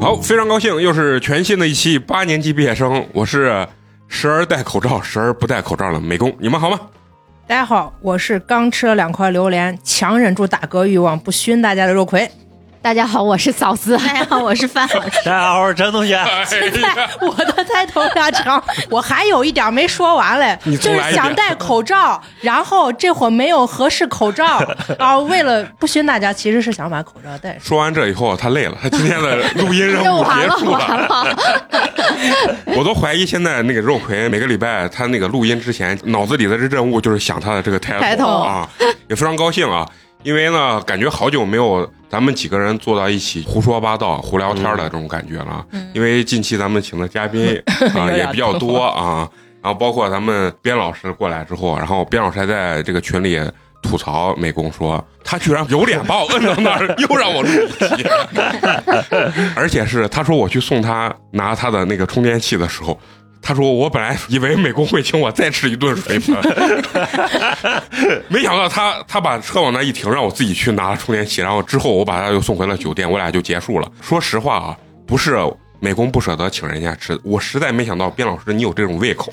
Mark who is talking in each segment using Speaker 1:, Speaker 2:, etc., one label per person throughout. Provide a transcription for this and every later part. Speaker 1: 好，非常高兴，又是全新的一期八年级毕业生，我是时而戴口罩，时而不戴口罩的美工，你们好吗？
Speaker 2: 大家好，我是刚吃了两块榴莲，强忍住打嗝欲望，不熏大家的肉 葵。
Speaker 3: 大家好，我是嫂子。
Speaker 4: 大家好，我 是范老师。
Speaker 5: 大家好，我是陈同学。
Speaker 2: 我的开头拉长，我还有一点没说完 嘞，
Speaker 1: 你
Speaker 2: 就
Speaker 1: 重
Speaker 2: 是
Speaker 1: 来一遍
Speaker 2: 想戴口罩，然后这会儿没有合适口 罩啊，为了不熏大家，其实是想把口罩戴上。
Speaker 1: 说完这以后，他累了，他今天的录音 任务
Speaker 3: 完
Speaker 1: 结
Speaker 3: 了
Speaker 1: 束
Speaker 3: 完
Speaker 1: 了，啊
Speaker 3: 了，
Speaker 1: 我都怀疑现在那个肉葵每个礼拜他那个录音之前，脑子里的这任务就是想他的这个抬头
Speaker 3: title
Speaker 1: 啊，也非常高兴啊，因为呢，感觉好久没有咱们几个人坐到一起胡说八道、胡聊天的这种感觉了啊，因为近期咱们请的嘉宾啊
Speaker 2: 有
Speaker 1: 也
Speaker 2: 点
Speaker 1: 比较
Speaker 2: 多
Speaker 1: 多啊，然后包括咱们边老师过来之后，然后边老师还在这个群里。吐槽美工说，他居然有脸把我摁到那儿，又让我录一期，而且是他说我去送他拿他的那个充电器的时候，他说我本来以为美工会请我再吃一顿水盆， 没想到他他把车往那一停，让我自己去拿了充电器，然后之后我把他又送回了酒店，我俩就结束了。说实话啊，不是。美工不舍得请人家吃，我实在没想到边老师你有这种胃口。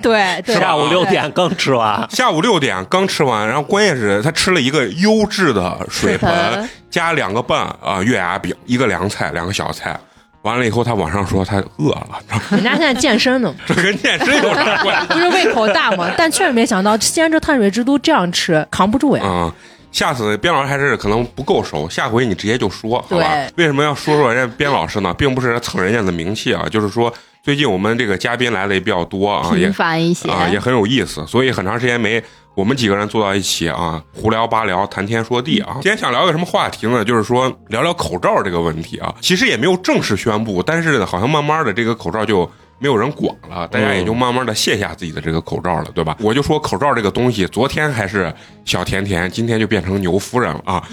Speaker 2: 对对，
Speaker 5: 下午六点刚吃完，
Speaker 1: 下午六点刚吃完，然后关键是他吃了一个优质的水盆，
Speaker 3: 水盆
Speaker 1: 加两个半啊、呃月牙饼，一个凉菜，两个小菜。完了以后，他晚上说他饿了，
Speaker 2: 人家现在健身呢嘛，
Speaker 1: 这跟健身有啥关 系？
Speaker 2: 不是胃口大 嘛，但确实没想到西安这碳水之都这样吃，扛不住呀。
Speaker 1: 啊、下次边老师还是可能不够熟，下回你直接就说好吧
Speaker 2: 对？
Speaker 1: 为什么要说说人家边老师呢？并不是蹭人家的名气啊，就是说最近我们这个嘉宾来的也比较多啊，也
Speaker 3: 频繁一些。
Speaker 1: 啊，也很有意思，所以很长时间没我们几个人坐到一起啊，胡聊八聊，谈天说地啊。今天想聊个什么话题呢？就是说聊聊口罩这个问题啊。其实也没有正式宣布，但是好像慢慢的这个口罩就。没有人管了，大家也就慢慢的卸下自己的这个口罩了，对吧？我就说口罩这个东西，昨天还是小甜甜，今天就变成牛夫人了啊！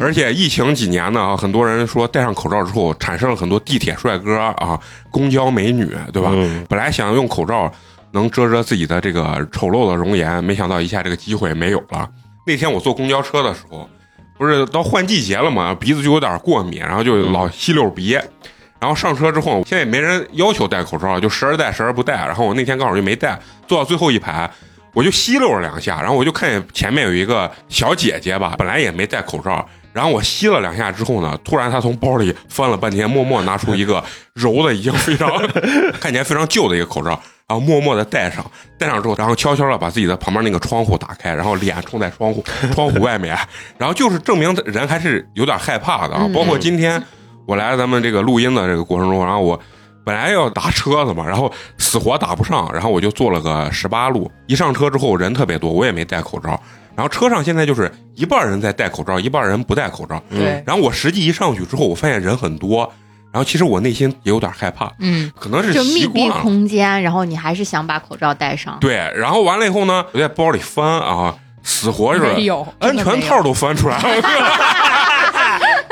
Speaker 1: 而且疫情几年呢，啊很多人说戴上口罩之后，产生了很多地铁帅哥啊、公交美女，对吧？
Speaker 5: 嗯
Speaker 1: 本来想用口罩能遮遮自己的这个丑陋的容颜，没想到一下这个机会没有了。那天我坐公交车的时候，不是到换季节了嘛，鼻子就有点过敏，然后就老吸溜鼻。然后上车之后，现在也没人要求戴口罩，就时而戴时而不戴。然后我那天刚好就没戴，坐到最后一排，我就吸溜了两下，然后我就看见前面有一个小姐姐吧，本来也没戴口罩，然后我吸了两下之后呢，突然她从包里翻了半天，默默拿出一个揉的已经非常看起来非常旧的一个口罩，然后默默的戴上，戴上之后，然后悄悄的把自己的旁边那个窗户打开，然后脸冲在窗户窗户外面，然后就是证明人还是有点害怕的啊。包括今天我来咱们这个录音的这个过程中，然后我。本来要打车的嘛，然后死活打不上，然后我就坐了个十八路。一上车之后人特别多，我也没戴口罩。然后车上现在就是一半人在戴口罩，一半人不戴口罩。
Speaker 2: 对，
Speaker 1: 然后我实际一上去之后，我发现人很多，然后其实我内心也有点害怕，
Speaker 3: 嗯，
Speaker 1: 可能是
Speaker 3: 就
Speaker 1: 习
Speaker 3: 密
Speaker 1: 惯
Speaker 3: 闭
Speaker 1: 了。
Speaker 3: 空间，然后你还是想把口罩戴上。
Speaker 1: 对，然后完了以后呢，我在包里翻啊，死活就是
Speaker 2: 没有
Speaker 1: 安全套都翻出来了，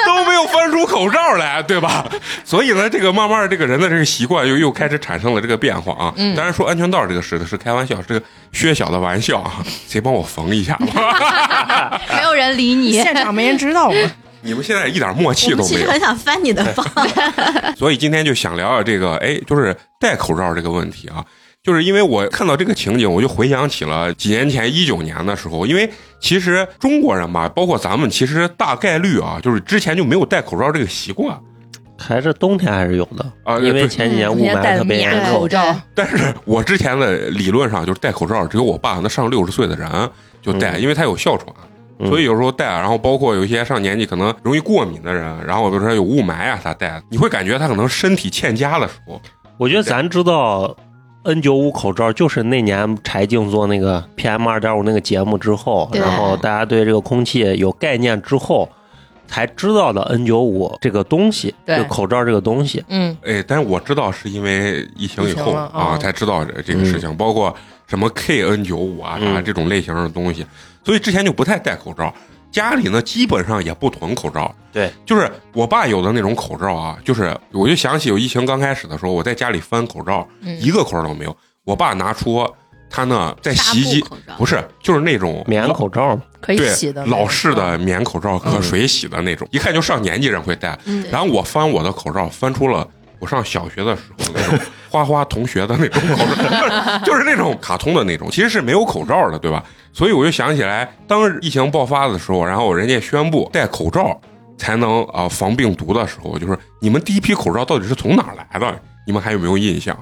Speaker 1: 都没有翻出口罩来，对吧？所以呢，这个慢慢的这个人的这个习惯又又开始产生了这个变化啊。
Speaker 4: 嗯
Speaker 1: 当然说安全套这个事是开玩笑，是个薛小的玩笑啊，谁帮我缝一下吧？
Speaker 3: 没有人理你。
Speaker 2: 现场没人知道嘛，
Speaker 1: 你们现在一点默契
Speaker 4: 我
Speaker 1: 都
Speaker 4: 们其
Speaker 1: 没
Speaker 4: 实
Speaker 1: 有。
Speaker 4: 很想翻你的
Speaker 3: 哎
Speaker 4: 包，
Speaker 3: 啊
Speaker 1: 所以今天就想聊聊这个，哎，就是戴口罩这个问题啊。就是因为我看到这个情景，我就回想起了几年前一九年的时候，因为其实中国人吧，包括咱们，其实大概率啊，就是之前就没有戴口罩这个习惯
Speaker 5: 还是冬天还是有的
Speaker 1: 啊。
Speaker 5: 因为
Speaker 1: 对
Speaker 5: 前几年雾
Speaker 2: 人家戴的
Speaker 5: 霾特别
Speaker 2: 棉
Speaker 5: 严
Speaker 3: 对
Speaker 5: 重
Speaker 2: 口，罩，
Speaker 1: 但是我之前的理论上就是戴口罩，只有我爸那上六十岁的人啊就戴，因为他有哮喘，
Speaker 5: 嗯
Speaker 1: 所以有时候戴。然后包括有一些上年纪可能容易过敏的人，然后比如说有雾霾啊，他戴，你会感觉他可能身体欠佳的时候，
Speaker 5: 我觉得咱知道 N 九五口罩就是那年柴静做那个 PM 二点五那个节目之后，
Speaker 3: 对
Speaker 5: 然后大家对这个空气有概念之后，才知道的 N 九五这个东西，
Speaker 2: 对
Speaker 5: 这个口罩这个东西。
Speaker 2: 嗯，
Speaker 1: 哎，但是我知道是因为疫情以
Speaker 2: 疫情
Speaker 1: 后
Speaker 2: 了
Speaker 1: 啊，
Speaker 2: 哦
Speaker 1: 才知道这这个事情，包括什么 KN 九五啊
Speaker 5: 嗯
Speaker 1: 啥这种类型的东西，所以之前就不太戴口罩。家里呢，基本上也不囤口罩。
Speaker 5: 对，
Speaker 1: 就是我爸有的那种口罩啊，就是我就想起有疫情刚开始的时候，我在家里翻口罩，一个口罩都没有。我爸拿出它呢在
Speaker 3: 纱
Speaker 1: 洗衣机
Speaker 3: 布口罩
Speaker 1: 不是就是那种
Speaker 5: 棉口罩嘛，
Speaker 2: 可以
Speaker 1: 对
Speaker 2: 洗的那种嗯
Speaker 1: 老式 的棉口罩，可水洗的那种，一看就上年纪人会戴。
Speaker 3: 嗯
Speaker 1: 然后我翻我的口罩，翻出了我上小学的时候那 种花花同学的那种口罩， 就是那种卡通的那种，其实是没有口罩的，对吧？所以我就想起来，当疫情爆发的时候，然后人家宣布戴口罩才能啊、呃防病毒的时候，就是你们第一批口罩到底是从哪儿来的？你们还有没有印象？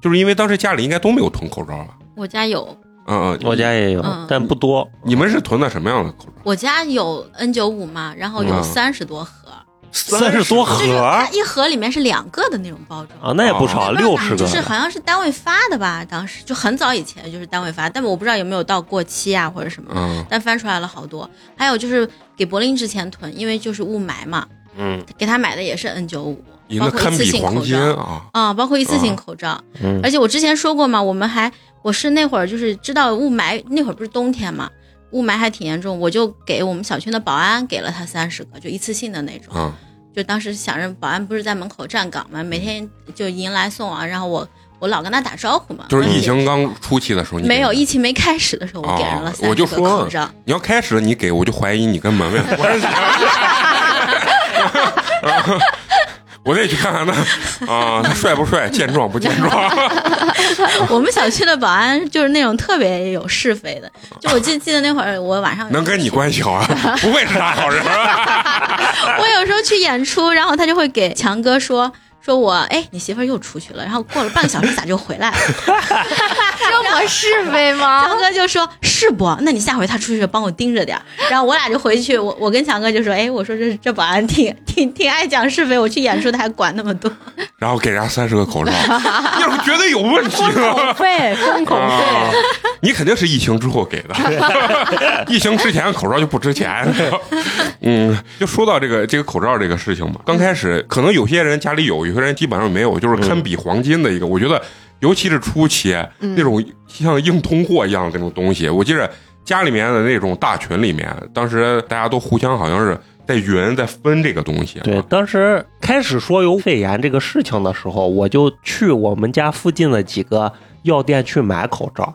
Speaker 1: 就是因为当时家里应该都没有囤口罩了，
Speaker 4: 我家有，
Speaker 1: 嗯嗯，
Speaker 5: 我家也有
Speaker 4: 嗯，
Speaker 5: 但不多。
Speaker 1: 你们是囤的什么样的口罩？
Speaker 4: 我家有 N 九五嘛，然后有
Speaker 1: 嗯
Speaker 4: 三十多盒，
Speaker 5: 三十多盒
Speaker 4: 就是
Speaker 5: 啊
Speaker 4: 它，一盒里面是两个的那种包装。
Speaker 5: 那也不
Speaker 1: 啊
Speaker 5: 少，
Speaker 4: 不知道
Speaker 5: 六
Speaker 4: 哪
Speaker 5: 十个
Speaker 4: 就。是好像是单位发的吧，当时就很早以前就是单位发，但我不知道有没有到过期啊或者什么，
Speaker 1: 嗯，
Speaker 4: 但翻出来了好多。还有就是给柏林之前囤，因为就是雾霾嘛，
Speaker 5: 嗯
Speaker 4: 给他买的也是 N 九五，
Speaker 1: 你
Speaker 4: 包
Speaker 1: 那
Speaker 4: 括
Speaker 1: 堪
Speaker 4: 一次
Speaker 1: 比
Speaker 4: 性
Speaker 1: 黄
Speaker 4: 口
Speaker 1: 金
Speaker 4: 罩
Speaker 1: 啊！
Speaker 4: 啊、包括一次
Speaker 1: 啊
Speaker 4: 性口罩。
Speaker 5: 嗯
Speaker 4: 而且我之前说过嘛，我们还我是那会儿就是知道雾霾，那会儿不是冬天嘛，雾霾还挺严重，我就给我们小区的保安给了他三十个，就一次性的那种。
Speaker 1: 嗯
Speaker 4: 就当时想着保安不是在门口站岗嘛，每天就迎来送往，然后我我老跟他打招呼嘛。
Speaker 1: 就是疫
Speaker 4: 我
Speaker 1: 情刚初期的时候，
Speaker 4: 给
Speaker 1: 你
Speaker 4: 没有
Speaker 1: 疫，
Speaker 4: 疫情没开始的时候，我给人
Speaker 1: 哦
Speaker 4: 了三
Speaker 1: 我
Speaker 4: 十
Speaker 1: 就
Speaker 4: 个
Speaker 1: 说
Speaker 4: 口罩。
Speaker 1: 你要开始你给我就怀疑你跟门卫有关系。啊 我得去看看他啊，他帅不帅，健壮不健壮？
Speaker 4: 我们小区的保安就是那种特别有是非的，就我记记得那会儿我晚上
Speaker 1: 能跟你关系好啊，不会是啥好人啊。
Speaker 4: 我有时候去演出，然后他就会给强哥说。说我哎，你媳妇儿又出去了，然后过了半个小时咋就回来了？
Speaker 3: 这么是非吗？
Speaker 4: 强哥就说是不？那你下回他出去帮我盯着点儿。然后我俩就回去，我我跟强哥就说，哎，我说这这保安挺挺挺爱讲是非，我去演出他还管那么多。
Speaker 1: 然后给人家三十个口罩， 要是绝对有问题啊
Speaker 2: 口
Speaker 1: 了。
Speaker 2: 费封口费，
Speaker 1: 啊， 你肯定是疫情之后给的，疫情之前口罩就不值钱。嗯，就说到这个这个口罩这个事情嘛，刚开始可能有些人家里有，有些人基本上没有，就是堪比黄金的一个。我觉得，尤其是初期那种像硬通货一样的那种东西，我记着家里面的那种大群里面，当时大家都互相好像是在云在分这个东西。啊
Speaker 5: 对，当时开始说有肺炎这个事情的时候，我就去我们家附近的几个药店去买口罩，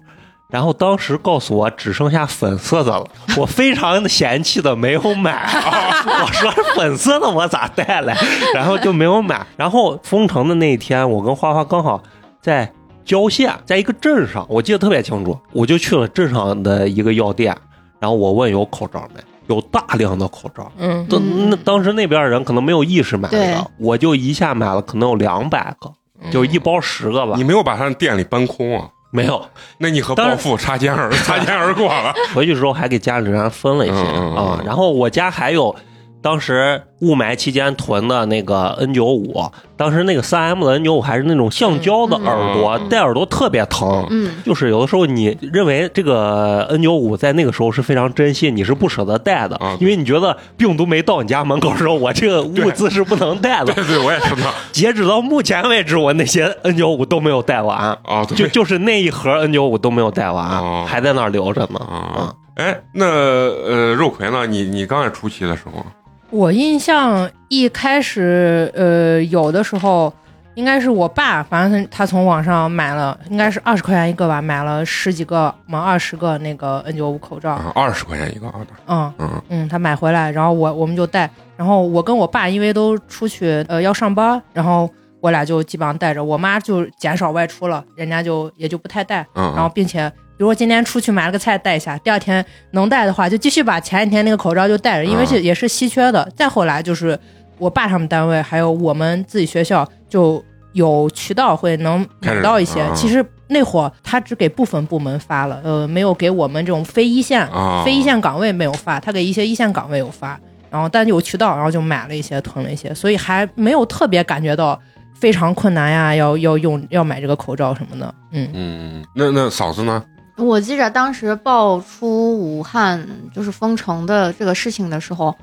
Speaker 5: 然后当时告诉我只剩下粉色的了，我非常嫌弃的没有买， 我说粉色的我咋带来，然后就没有买。然后封城的那一天，我跟花花刚好在。郊县在一个镇上，我记得特别清楚，我就去了镇上的一个药店，然后我问有口罩没，有大量的口罩，
Speaker 2: 嗯，
Speaker 5: 都
Speaker 3: 嗯
Speaker 5: 那当时那边人可能没有意识买这
Speaker 3: 对
Speaker 5: 个，我就一下买了可能有两百个，
Speaker 1: 嗯
Speaker 5: 就一包十个吧
Speaker 1: 你，没有把他的店里搬空啊？
Speaker 5: 没有。
Speaker 1: 那你和
Speaker 5: 当
Speaker 1: 暴
Speaker 5: 然
Speaker 1: 富擦肩而擦肩而过了。
Speaker 5: 回去之后还给家里人分了一些
Speaker 1: 嗯嗯嗯
Speaker 5: 啊、然后我家还有当时雾霾期间囤的那个 N 九五，当时那个三 M 的 N 九五还是那种橡胶的
Speaker 3: 嗯嗯
Speaker 5: 耳朵，
Speaker 1: 嗯嗯
Speaker 5: 戴耳朵特别疼。
Speaker 3: 嗯，
Speaker 5: 就是有的时候你认为这个 N 九五在那个时候是非常珍惜，你是不舍得戴的
Speaker 1: 啊，
Speaker 5: 因为你觉得病毒没到你家门口的时候，我 这个物资是不能带 的
Speaker 1: 对。对，我也知道
Speaker 5: 截止到目前为止，我那些 N 九五都没有戴完，
Speaker 1: 啊，对
Speaker 5: 就就是那一盒 N 九五都没有戴完，
Speaker 1: 哦
Speaker 5: 还在那儿留着呢。
Speaker 3: 嗯
Speaker 1: 啊，哎，那呃，肉葵呢？你你刚才初期的时候，
Speaker 2: 我印象一开始呃有的时候。应该是我爸，反正他他从网上买了，应该是二十块钱一个吧，买了十几个，嘛二十个那个 N95 口罩，
Speaker 1: 啊，二十块钱一个啊，
Speaker 2: 嗯
Speaker 1: 嗯
Speaker 2: 嗯，他买回来，然后我我们就戴，然后我跟我爸因为都出去呃要上班，然后我俩就基本上带着，我妈就减少外出了，人家就也就不太带，
Speaker 1: 嗯，
Speaker 2: 然后并且比如说今天出去买了个菜带一下，第二天能带的话就继续把前几天那个口罩就带着，因为这
Speaker 1: 嗯
Speaker 2: 也是稀缺的。再后来就是我爸他们单位还有我们自己学校就有渠道会能
Speaker 1: 开始
Speaker 2: 买到一些
Speaker 1: 嗯，
Speaker 2: 其实那会儿他只给部分部门发了，呃，没有给我们这种非一线
Speaker 1: 啊，
Speaker 2: 非一线岗位没有发，他给一些一线岗位有发，然后但有渠道，然后就买了一些，囤了一些，所以还没有特别感觉到非常困难呀，要要用要买这个口罩什么的，嗯
Speaker 1: 嗯，那那嫂子呢？
Speaker 3: 我记着当时爆出武汉就是封城的这个事情的时候，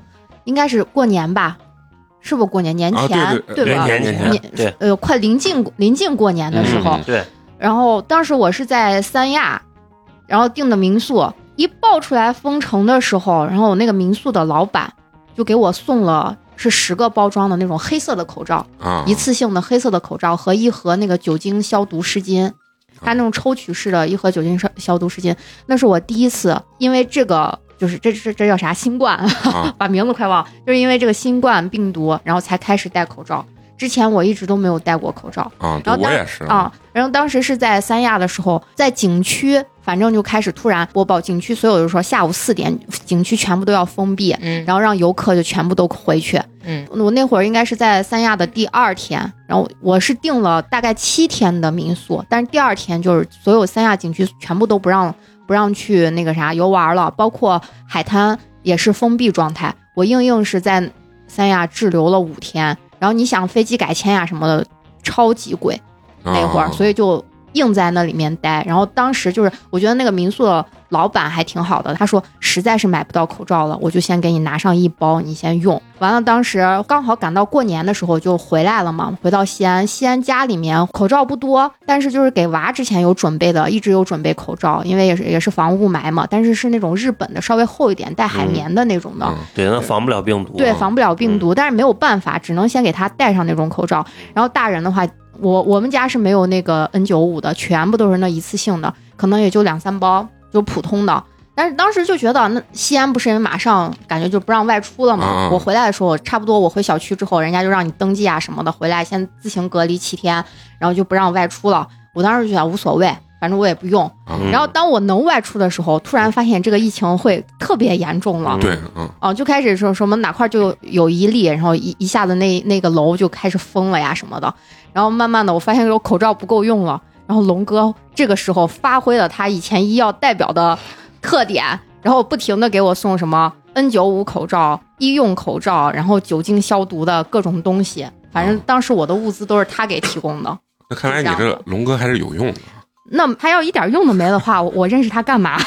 Speaker 3: 应该是过年吧，是不过年年
Speaker 1: 啊，
Speaker 3: 前、
Speaker 1: 对对，
Speaker 3: 吧？
Speaker 1: 年
Speaker 5: 前
Speaker 3: 你
Speaker 5: 对
Speaker 3: 呃，快临近临近过年的时候，
Speaker 1: 嗯
Speaker 5: 对，
Speaker 3: 然后当时我是在三亚，然后订的民宿，一爆出来封城的时候，然后我那个民宿的老板就给我送了是十个包装的那种黑色的口罩，
Speaker 1: 啊，
Speaker 3: 一次性的黑色的口罩和一盒那个酒精消毒湿巾。它那种抽取式的一盒酒精消消毒湿巾，那是我第一次因为这个。就是这这这叫啥新冠，
Speaker 1: 啊
Speaker 3: 把名字快忘了，就是因为这个新冠病毒，然后才开始戴口罩。之前我一直都没有戴过口罩，
Speaker 1: 啊！对
Speaker 3: 然后
Speaker 1: 我
Speaker 3: 当
Speaker 1: 也是
Speaker 3: 啊，然后当时是在三亚的时候，在景区，反正就开始突然播报，景区所有的说下午四点，景区全部都要封闭，
Speaker 2: 嗯
Speaker 3: 然后让游客就全部都回去。
Speaker 2: 嗯，
Speaker 3: 我那会儿应该是在三亚的第二天，然后我是订了大概七天的民宿，但是第二天就是所有三亚景区全部都不让不让去那个啥游玩了，包括海滩也是封闭状态。我硬硬是在三亚滞留了五天，然后你想飞机改签呀什么的，超级贵。那会儿，所
Speaker 1: 以
Speaker 3: 以就硬在那里面待。然后当时就是，我觉得那个民宿的老板还挺好的，他说实在是买不到口罩了，我就先给你拿上一包，你先用。完了，当时刚好赶到过年的时候就回来了嘛，回到西安，西安家里面口罩不多，但是就是给娃之前有准备的，一直有准备口罩，因为也是也是防雾霾嘛，但是是那种日本的，稍微厚一点，带海绵的那种
Speaker 1: 嗯
Speaker 3: 的。
Speaker 5: 对，那防不了病毒。啊
Speaker 3: 对，防不了病毒，但是没有办法，只能先给他戴上那种口罩。然后大人的话，我我们家是没有那个 N 9 5的，全部都是那一次性的，可能也就两三包，就普通的。但是当时就觉得，那西安不是马上感觉就不让外出了嘛？
Speaker 1: 嗯嗯
Speaker 3: 我回来的时候，差不多我回小区之后，人家就让你登记啊什么的，回来先自行隔离七天，然后就不让外出了。我当时就觉得无所谓，反正我也不用。
Speaker 1: 啊
Speaker 5: 嗯
Speaker 3: 然后当我能外出的时候，突然发现这个疫情会特别严重了。
Speaker 5: 嗯
Speaker 1: 对，嗯
Speaker 3: 哦，就开始说什么哪块就有一例，然后一一下子那那个楼就开始封了呀什么的，然后慢慢的我发现我口罩不够用了，然后龙哥这个时候发挥了他以前医药代表的特点，然后不停的给我送什么 N 9 5口罩、医用口罩，然后酒精消毒的各种东西，反正当时我的物资都是他给提供的。
Speaker 1: 那看来你这龙哥还是有用的，
Speaker 3: 那他要一点用都没的话，我我认识他干嘛？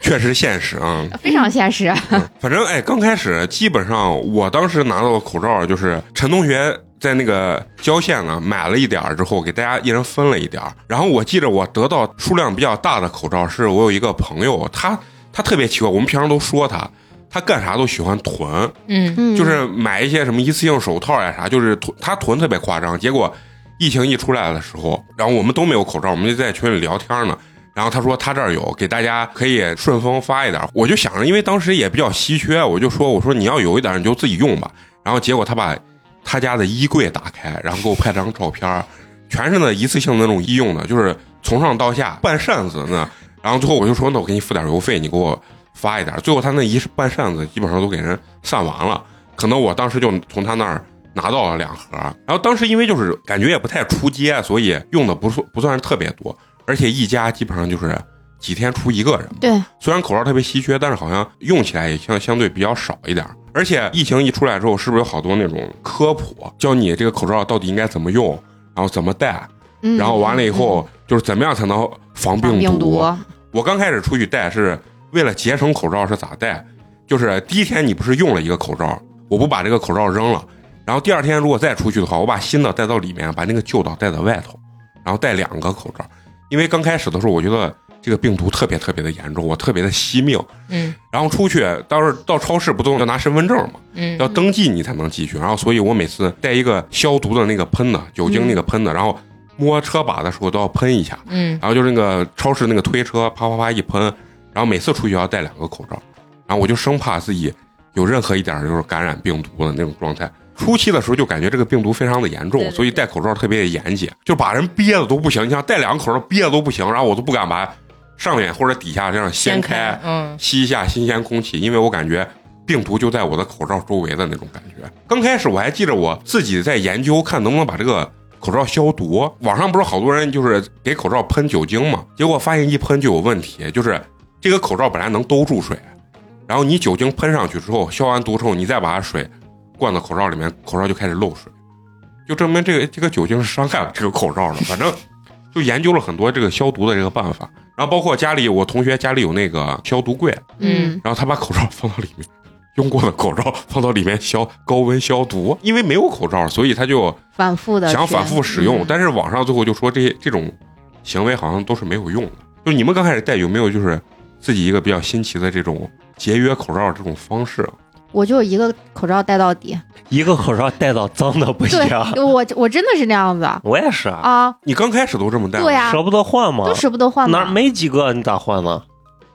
Speaker 1: 确实现实啊。
Speaker 3: 非常现实。
Speaker 1: 反正哎，刚开始基本上我当时拿到的口罩就是陈同学在那个郊县呢买了一点儿之后，给大家一人分了一点儿。然后我记着我得到数量比较大的口罩，是我有一个朋友，他他特别奇怪，我们平常都说他。他干啥都喜欢囤，
Speaker 2: 嗯
Speaker 3: 嗯
Speaker 1: 就是买一些什么一次性手套呀啥，就是囤他囤特别夸张。结果疫情一出来的时候，然后我们都没有口罩，我们就在群里聊天呢。然后他说他这儿有，给大家可以顺丰发一点。我就想着，因为当时也比较稀缺，我就说我说你要有一点你就自己用吧。然后结果他把他家的衣柜打开，然后给我拍张照片儿，全是那一次性那种医用的，就是从上到下半扇子呢。然后最后我就说，那我给你付点邮费，你给我发一点。最后他那一半扇子基本上都给人散完了，可能我当时就从他那儿拿到了两盒。然后当时因为就是感觉也不太出街，所以用的不算不算是特别多，而且一家基本上就是几天出一个人。
Speaker 3: 对，
Speaker 1: 虽然口罩特别稀缺，但是好像用起来也相相对比较少一点儿。而且疫情一出来之后，是不是有好多那种科普，教你这个口罩到底应该怎么用，然后怎么戴，
Speaker 3: 嗯
Speaker 1: 然后完了以后、啊就是怎么样才能防
Speaker 3: 嗯嗯病
Speaker 1: 我刚开始出去戴是为了节省口罩，是咋戴？就是第一天你不是用了一个口罩，我不把这个口罩扔了，然后第二天如果再出去的话，我把新的带到里面，把那个旧的带到外头，然后戴两个口罩。因为刚开始的时候，我觉得这个病毒特别特别的严重，我特别的惜命。
Speaker 2: 嗯
Speaker 1: 然后出去，当时到超市不都要拿身份证吗？
Speaker 2: 嗯
Speaker 1: 要登记你才能继续。然后，所以我每次带一个消毒的那个喷的，酒精那个喷的，然后摸车把的时候都要喷一下。
Speaker 2: 嗯
Speaker 1: 然后就是那个超市那个推车，啪啪啪一喷，然后每次出去要戴两个口罩，然后我就生怕自己有任何一点儿就是感染病毒的那种状态。初期的时候就感觉这个病毒非常的严重，
Speaker 4: 对对对
Speaker 1: 所以戴口罩特别的严谨，就把人憋的都不行。你想戴两个口罩憋的都不行，然后我都不敢把上面或者底下这样掀开，
Speaker 2: 嗯
Speaker 1: 吸一下新鲜空气，因为我感觉病毒就在我的口罩周围的那种感觉。刚开始我还记着我自己在研究，看能不能把这个口罩消毒。网上不是好多人就是给口罩喷酒精嘛，结果发现一喷就有问题，就是这个口罩本来能兜住水，然后你酒精喷上去之后，消完毒之后，你再把水灌到口罩里面，口罩就开始漏水，就证明这个这个酒精是伤害了这个口罩了。反正就研究了很多这个消毒的这个办法，然后包括家里我同学家里有那个消毒柜，
Speaker 3: 嗯
Speaker 1: 然后他把口罩放到里面，用过的口罩放到里面消高温消毒，因为没有口罩，所以他就
Speaker 3: 反复的
Speaker 1: 想反复使用。
Speaker 3: 嗯
Speaker 1: 但是网上最后就说这些这种行为好像都是没有用的。就你们刚开始戴有没有就是自己一个比较新奇的这种节约口罩这种方式？啊
Speaker 3: 我就一个口罩戴 到底。
Speaker 5: 一个口罩戴到脏的不一
Speaker 1: 哎
Speaker 3: 对
Speaker 5: 样。，
Speaker 3: 我我真的是那样子
Speaker 5: 我也是，
Speaker 3: 啊，
Speaker 1: 你刚开始都这么戴，
Speaker 3: 对呀、
Speaker 5: 舍不得换嘛
Speaker 3: 都，舍不得换
Speaker 5: 哪
Speaker 3: 嘛。
Speaker 5: 没几个你咋换呢？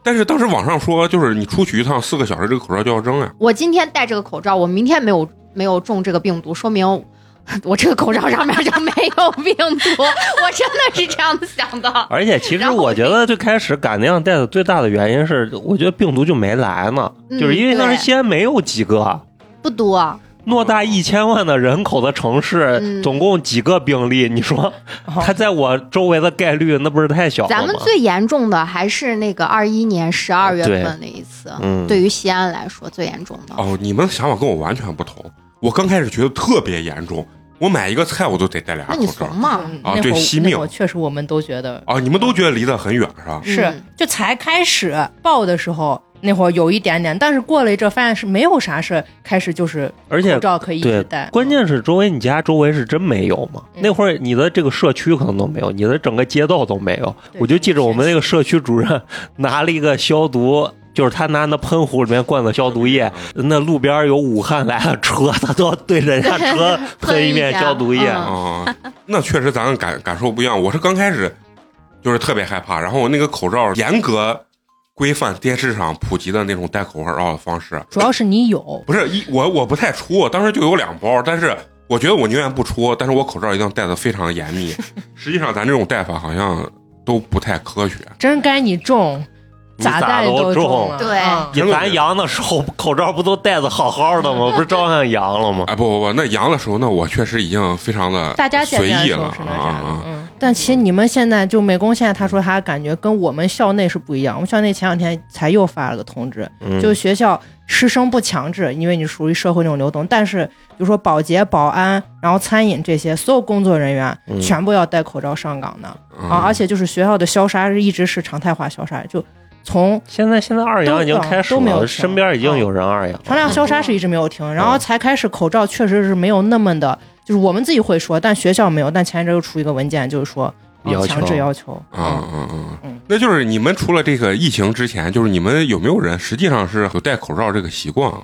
Speaker 1: 但是当时网上说，就是你出去一趟四个小时，这个口罩就要扔啊。
Speaker 3: 我今天戴这个口罩，我明天没有没有中这个病毒，说明 我这个口罩上面就没有病毒。 我真的是这样子想的。
Speaker 5: 而且其实
Speaker 3: 然后
Speaker 5: 我觉得最开始敢那样戴的最大的原因是，我觉得病毒就没来呢，
Speaker 3: 嗯
Speaker 5: 就是因为那
Speaker 3: 对
Speaker 5: 儿西安没有几个。
Speaker 3: 不多，
Speaker 5: 偌大一千万的人口的城市，
Speaker 3: 嗯
Speaker 5: 总共几个病例？你说
Speaker 1: 嗯
Speaker 2: 哦
Speaker 5: 它在我周围的概率，那不是太小了吗？
Speaker 3: 咱们最严重的还是那个二一年十二月
Speaker 1: 哦
Speaker 3: 份那一次，
Speaker 5: 嗯，
Speaker 3: 对于西安来说最严重的。
Speaker 1: 哦，你们的想法跟我完全不同。我刚开始觉得特别严重，我买一个菜我都得戴俩
Speaker 3: 那
Speaker 1: 口
Speaker 3: 你
Speaker 1: 罩
Speaker 3: 怂。吗？
Speaker 2: 嗯
Speaker 1: 啊
Speaker 2: 那
Speaker 1: 对
Speaker 2: 会儿
Speaker 1: 惜
Speaker 2: 那
Speaker 1: 命
Speaker 2: 会儿确实我们都觉得
Speaker 1: 啊，你们都觉得离得很远是吧？
Speaker 2: 是
Speaker 3: 嗯，
Speaker 2: 就才开始报的时候，那会儿有一点点，但是过了一阵儿发现是没有啥事儿，开始就是
Speaker 5: 而且
Speaker 2: 口罩可以一
Speaker 5: 对
Speaker 2: 直戴，，
Speaker 5: 关键是周围你家周围是真没有嘛？
Speaker 2: 嗯
Speaker 5: 那会儿你的这个社区可能都没有，你的整个街道都没有。
Speaker 2: 对
Speaker 5: 我就记着我们那个社区主任拿了一个消毒，就是他拿那喷壶里面灌的消毒液，那路边有武汉来的车，他都要对着人家车
Speaker 3: 喷
Speaker 5: 喷
Speaker 3: 一
Speaker 5: 一遍
Speaker 3: 下
Speaker 5: 消毒液。
Speaker 3: 嗯
Speaker 1: 啊，那确实咱感感受不一样。我是刚开始就是特别害怕，然后我那个口罩严格规范电视上普及的那种戴口罩的方式，
Speaker 2: 主要是你有，
Speaker 1: 不是一我我不太出，我当时就有两包，但是我觉得我宁愿不出，但是我口罩一定要戴的非常严 密。实际上咱这种戴法好像都不太科学。
Speaker 2: 真该你中，
Speaker 5: 你
Speaker 2: 咋
Speaker 5: 咋
Speaker 2: 戴
Speaker 5: 都
Speaker 2: 都
Speaker 5: 中
Speaker 2: 了，
Speaker 3: 对
Speaker 2: 嗯
Speaker 5: 你咱阳的时候口罩不都戴的好好的吗？不是照样阳了吗？
Speaker 1: 哎，不不不，那阳的时候呢，我确实已经非常的
Speaker 2: 大家见
Speaker 1: 随
Speaker 2: 面的
Speaker 1: 意
Speaker 2: 时
Speaker 1: 了
Speaker 2: 候是
Speaker 1: 啊
Speaker 2: 那
Speaker 1: 啊
Speaker 2: 啥的
Speaker 1: 啊，！
Speaker 2: 嗯，但其实你们现在就美工现在他说他感觉跟我们校内是不一样，我们校内前两天才又发了个通知，
Speaker 5: 嗯
Speaker 2: 就是学校师生不强制，因为你属于社会那种流动，但是比如说保洁、保安，然后餐饮这些所有工作人员
Speaker 5: 嗯
Speaker 2: 全部要戴口罩上岗的
Speaker 1: 嗯
Speaker 2: 啊，而且就是学校的消杀是一直是常态化消杀，就从
Speaker 5: 现在现在二阳已经开始
Speaker 2: 都没有停
Speaker 5: 了，身边已经有人二阳了。
Speaker 2: 常态化消杀是一直没有停，然
Speaker 5: 哦
Speaker 2: 后才开始口罩确实是没有那么的，就是我们自己会说，但学校没有，但前一阵又出一个文件，就是说、啊
Speaker 5: 要求
Speaker 2: 强制要求
Speaker 1: 啊啊
Speaker 2: 嗯
Speaker 1: 啊
Speaker 2: 嗯！
Speaker 1: 那就是你们除了这个疫情之前，就是你们有没有人实际上是有戴口罩这个习惯？啊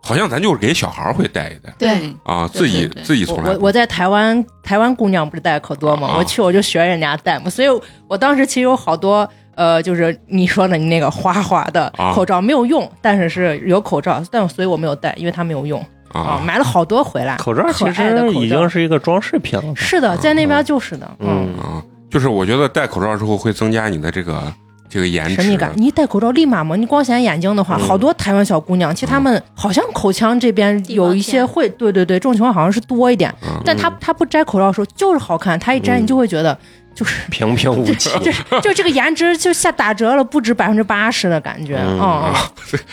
Speaker 1: 好像咱就是给小孩儿会戴一戴
Speaker 3: 对，
Speaker 1: 啊，
Speaker 4: 对
Speaker 1: 自己
Speaker 4: 对对
Speaker 1: 自己
Speaker 2: 我
Speaker 1: 从来
Speaker 2: 我我在台湾，台湾姑娘不是戴可多吗？
Speaker 1: 啊
Speaker 2: 我去我就学人家戴嘛，所以我当时其实有好多呃，就是你说的你那个花花的
Speaker 1: 啊
Speaker 2: 口罩没有用，但是是有口罩，但所以我没有戴，因为它没有用啊，
Speaker 1: 啊
Speaker 2: 买了好多回来。
Speaker 5: 口罩其
Speaker 2: 可爱的口
Speaker 5: 实
Speaker 2: 罩
Speaker 5: 已经是一个装饰品了吧。
Speaker 2: 是的，在那边就是的，嗯，
Speaker 5: 嗯，
Speaker 1: 啊，就是我觉得戴口罩之后会增加你的这个这个颜值
Speaker 2: 神秘感。你一戴口罩立马嘛，你光显眼睛的话，
Speaker 5: 嗯
Speaker 2: 好多台湾小姑娘，其实她们好像口腔这边有一些会，对对对，这种情况好像是多一点
Speaker 1: 嗯。
Speaker 2: 但她她不摘口罩的时候就是好看，她一摘
Speaker 5: 嗯
Speaker 2: 你就会觉得就是
Speaker 5: 平平无奇。
Speaker 2: 就就这个颜值就下打折了，不止百分之八十的感觉，
Speaker 5: 嗯
Speaker 2: 嗯，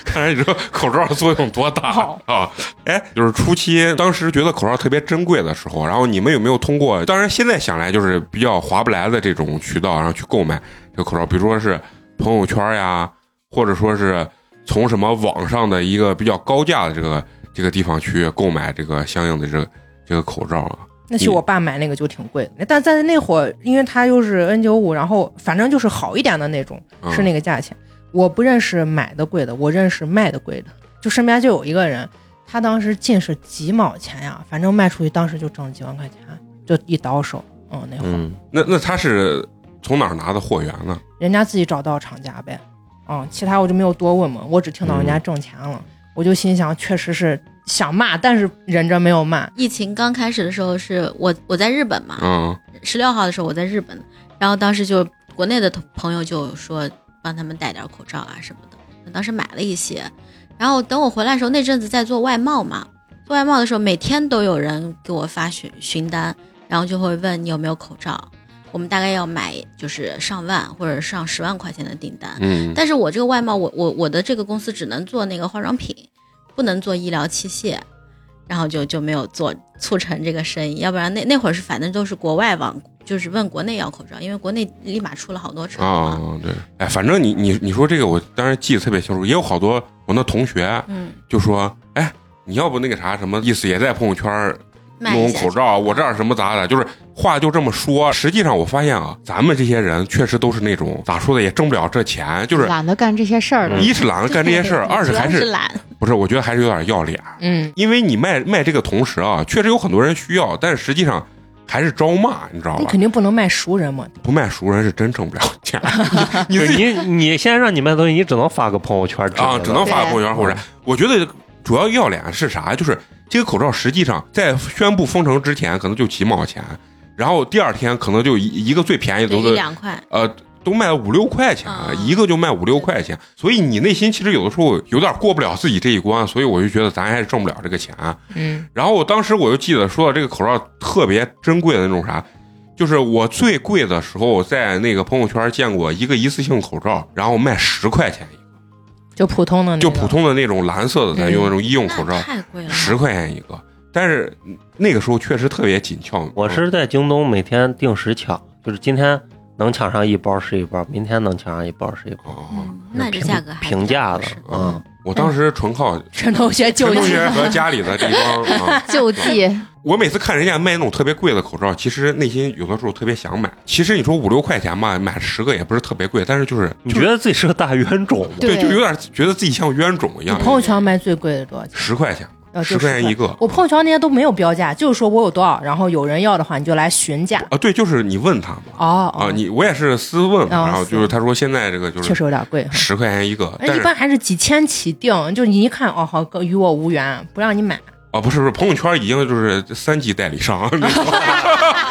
Speaker 1: 看来你这口罩的作用多大
Speaker 2: 好
Speaker 1: 啊！哎，就是初期当时觉得口罩特别珍贵的时候，然后你们有没有通过？当然现在想来就是比较划不来的这种渠道，然后去购买这个口罩，比如说是朋友圈呀，或者说是从什么网上的一个比较高价的这个这个地方去购买这个相应的这个这个口罩啊。
Speaker 2: 那是我爸买那个就挺贵的，但在那会儿，因为他又是 N 九五，然后反正就是好一点的那种，
Speaker 1: 嗯
Speaker 2: 是那个价钱。我不认识买的贵的，我认识卖的贵的。就身边就有一个人，他当时进是几毛钱呀，反正卖出去当时就挣几万块钱，就一倒手。嗯，那会儿、
Speaker 5: 嗯，
Speaker 1: 那那他是从哪儿拿的货源呢？
Speaker 2: 人家自己找到厂家呗。嗯，其他我就没有多问嘛，我只听到人家
Speaker 1: 嗯
Speaker 2: 挣钱了，我就心想，确实是想骂，但是忍着没有骂。
Speaker 4: 疫情刚开始的时候是我我在日本嘛，
Speaker 1: 嗯，
Speaker 4: 十六号的时候我在日本，然后当时就国内的同朋友就说帮他们带点口罩啊什么的，我当时买了一些，然后等我回来的时候，那阵子在做外贸嘛，做外贸的时候每天都有人给我发询询单，然后就会问你有没有口罩，我们大概要买就是上万或者上十万块钱的订单，
Speaker 1: 嗯
Speaker 4: 但是我这个外贸，我我我的这个公司只能做那个化妆品，不能做医疗器械，然后就就没有做促成这个生意。要不然那那会儿是反正都是国外往，就是问国内要口罩，因为国内立马出了好多厂
Speaker 1: 啊、
Speaker 4: 嘛。
Speaker 1: 对，哎，反正你你你说这个，我当时记得特别清楚，也有好多我那同学
Speaker 4: 嗯
Speaker 1: 就说，哎，你要不那个啥什么意思，也在朋友圈儿
Speaker 4: 卖
Speaker 1: 弄
Speaker 4: 一下
Speaker 1: 口罩，我这儿什么咋咋，就是话就这么说。实际上我发现啊，咱们这些人确实都是那种咋说的，也挣不了这钱，就是嗯
Speaker 3: 懒得干这些事儿了。。
Speaker 1: 一是懒得干这些事儿，二是
Speaker 4: 主要
Speaker 1: 还
Speaker 4: 是
Speaker 1: 是
Speaker 4: 懒，
Speaker 1: 不是？我觉得还是有点要脸，
Speaker 2: 嗯，
Speaker 1: 因为你卖卖这个同时啊，确实有很多人需要，但是实际上还是招骂，你知道
Speaker 2: 你
Speaker 1: 吧？
Speaker 2: 肯定不能卖熟人嘛，
Speaker 1: 不卖熟人是真挣不了钱，你
Speaker 5: 就
Speaker 1: 自己
Speaker 5: 你你现在让你卖东西，你只能发个朋友圈
Speaker 1: 啊，只能发朋友圈或者，我觉得主要要脸是啥？就是这个口罩实际上在宣布封城之前可能就几毛钱，然后第二天可能就一一个最便宜
Speaker 4: 对
Speaker 1: 的
Speaker 4: 一
Speaker 1: 都
Speaker 4: 两块，
Speaker 1: 呃都卖五六块钱了，
Speaker 4: 啊
Speaker 1: 一个就卖五六块钱，所以你内心其实有的时候有点过不了自己这一关，所以我就觉得咱还是挣不了这个钱。啊
Speaker 2: 嗯，
Speaker 1: 然后我当时我就记得说到这个口罩特别珍贵的那种啥，就是我最贵的时候在那个朋友圈见过一个一次性口罩，然后卖十块钱一个。
Speaker 2: 就普通的那
Speaker 1: 就
Speaker 2: 个，
Speaker 1: 普通的那种蓝色的，咱用那种医用口罩
Speaker 4: 那，太贵了，
Speaker 1: 十块钱一个。但是那个时候确实特别紧俏。
Speaker 5: 我是在京东每天定时抢，就是今天能抢上一包是一包，明天能抢上一包是一包，
Speaker 1: 哦，
Speaker 4: 嗯，那这
Speaker 5: 平
Speaker 4: 价格还比较
Speaker 5: 平价
Speaker 4: 合
Speaker 5: 的
Speaker 4: 适
Speaker 5: 嗯，
Speaker 1: 我当时纯靠
Speaker 2: 陈同学
Speaker 1: 陈
Speaker 2: 就
Speaker 1: 同
Speaker 2: 近
Speaker 1: 学和家里的这帮啊
Speaker 3: 救济，
Speaker 1: 我每次看人家卖那种特别贵的口罩，其实内心有的时候特别想买。其实你说五六块钱吧，买十个也不是特别贵，但是就是
Speaker 5: 你觉得自己是个大冤种 吗？
Speaker 1: 对，就有点觉得自己像冤种一样。
Speaker 2: 朋友圈卖最贵的多少钱？
Speaker 1: 十块钱，
Speaker 2: 呃，
Speaker 1: 十
Speaker 2: 就
Speaker 1: 块钱一个。
Speaker 2: 我朋友圈那些都没有标价，就是说我有多少，然后有人要的话你就来询价。
Speaker 1: 啊，对，就是你问他嘛
Speaker 2: 哦，
Speaker 1: 啊，
Speaker 2: 哦
Speaker 1: 你我也是私问嘛，
Speaker 2: 哦
Speaker 1: 然后就是他说现在这个就
Speaker 2: 确
Speaker 1: 是
Speaker 2: 实有点贵。
Speaker 1: 十块钱一个，
Speaker 2: 哎
Speaker 1: 但
Speaker 2: 一
Speaker 1: 是
Speaker 2: 般还是几千起定，就你一看哦，好跟与我无缘，不让你买。
Speaker 1: 啊，不是不是，朋友圈已经就是三级代理商，那种 啊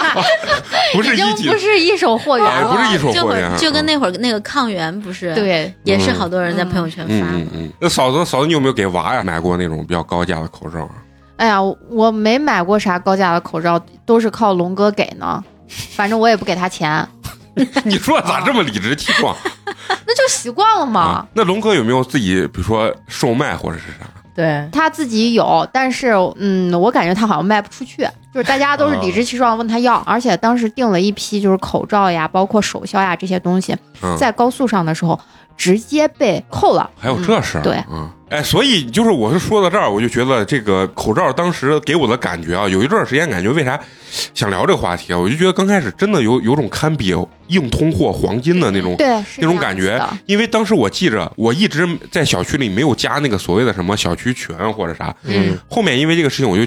Speaker 1: 不是
Speaker 3: 已
Speaker 1: 一
Speaker 3: 经
Speaker 1: 级
Speaker 3: 不是一手货源
Speaker 1: 哎不
Speaker 3: 了。
Speaker 1: 是一手
Speaker 4: 哦就
Speaker 1: 货
Speaker 4: 会
Speaker 1: 源
Speaker 4: 就跟那会儿那个抗原不是，，
Speaker 3: 对，
Speaker 4: 也是好多人在朋友圈
Speaker 1: 嗯
Speaker 4: 发
Speaker 1: 嗯
Speaker 4: 嘛。
Speaker 1: 嗯。那嫂子，嫂子，你有没有给娃呀买过那种比较高价的口罩啊？
Speaker 3: 哎呀，我没买过啥高价的口罩，都是靠龙哥给呢。反正我也不给他钱，
Speaker 1: 你说咋这么理直气壮
Speaker 3: 那就习惯了嘛
Speaker 1: 啊。？那龙哥有没有自己，比如说售卖或者是啥？
Speaker 2: 对，
Speaker 3: 他自己有，但是嗯，我感觉他好像卖不出去，就是大家都是理直气壮问他
Speaker 1: 嗯
Speaker 3: 要，而且当时订了一批就是口罩呀，包括手消呀这些东西，
Speaker 1: 嗯，
Speaker 3: 在高速上的时候直接被扣了。
Speaker 1: 还有这事儿、
Speaker 3: 嗯对
Speaker 1: 嗯，哎，所以就是我是说到这儿，我就觉得这个口罩当时给我的感觉啊，有一段时间感觉为啥想聊这个话题啊，我就觉得刚开始真的有有种堪比硬通货黄金的那种
Speaker 3: 对，是
Speaker 1: 那种
Speaker 3: 这样
Speaker 1: 感
Speaker 3: 子
Speaker 1: 觉
Speaker 3: 的
Speaker 1: 因为当时我记着，我一直在小区里没有加那个所谓的什么小区群啊或者啥。
Speaker 5: 嗯，
Speaker 1: 后面因为这个事情，我就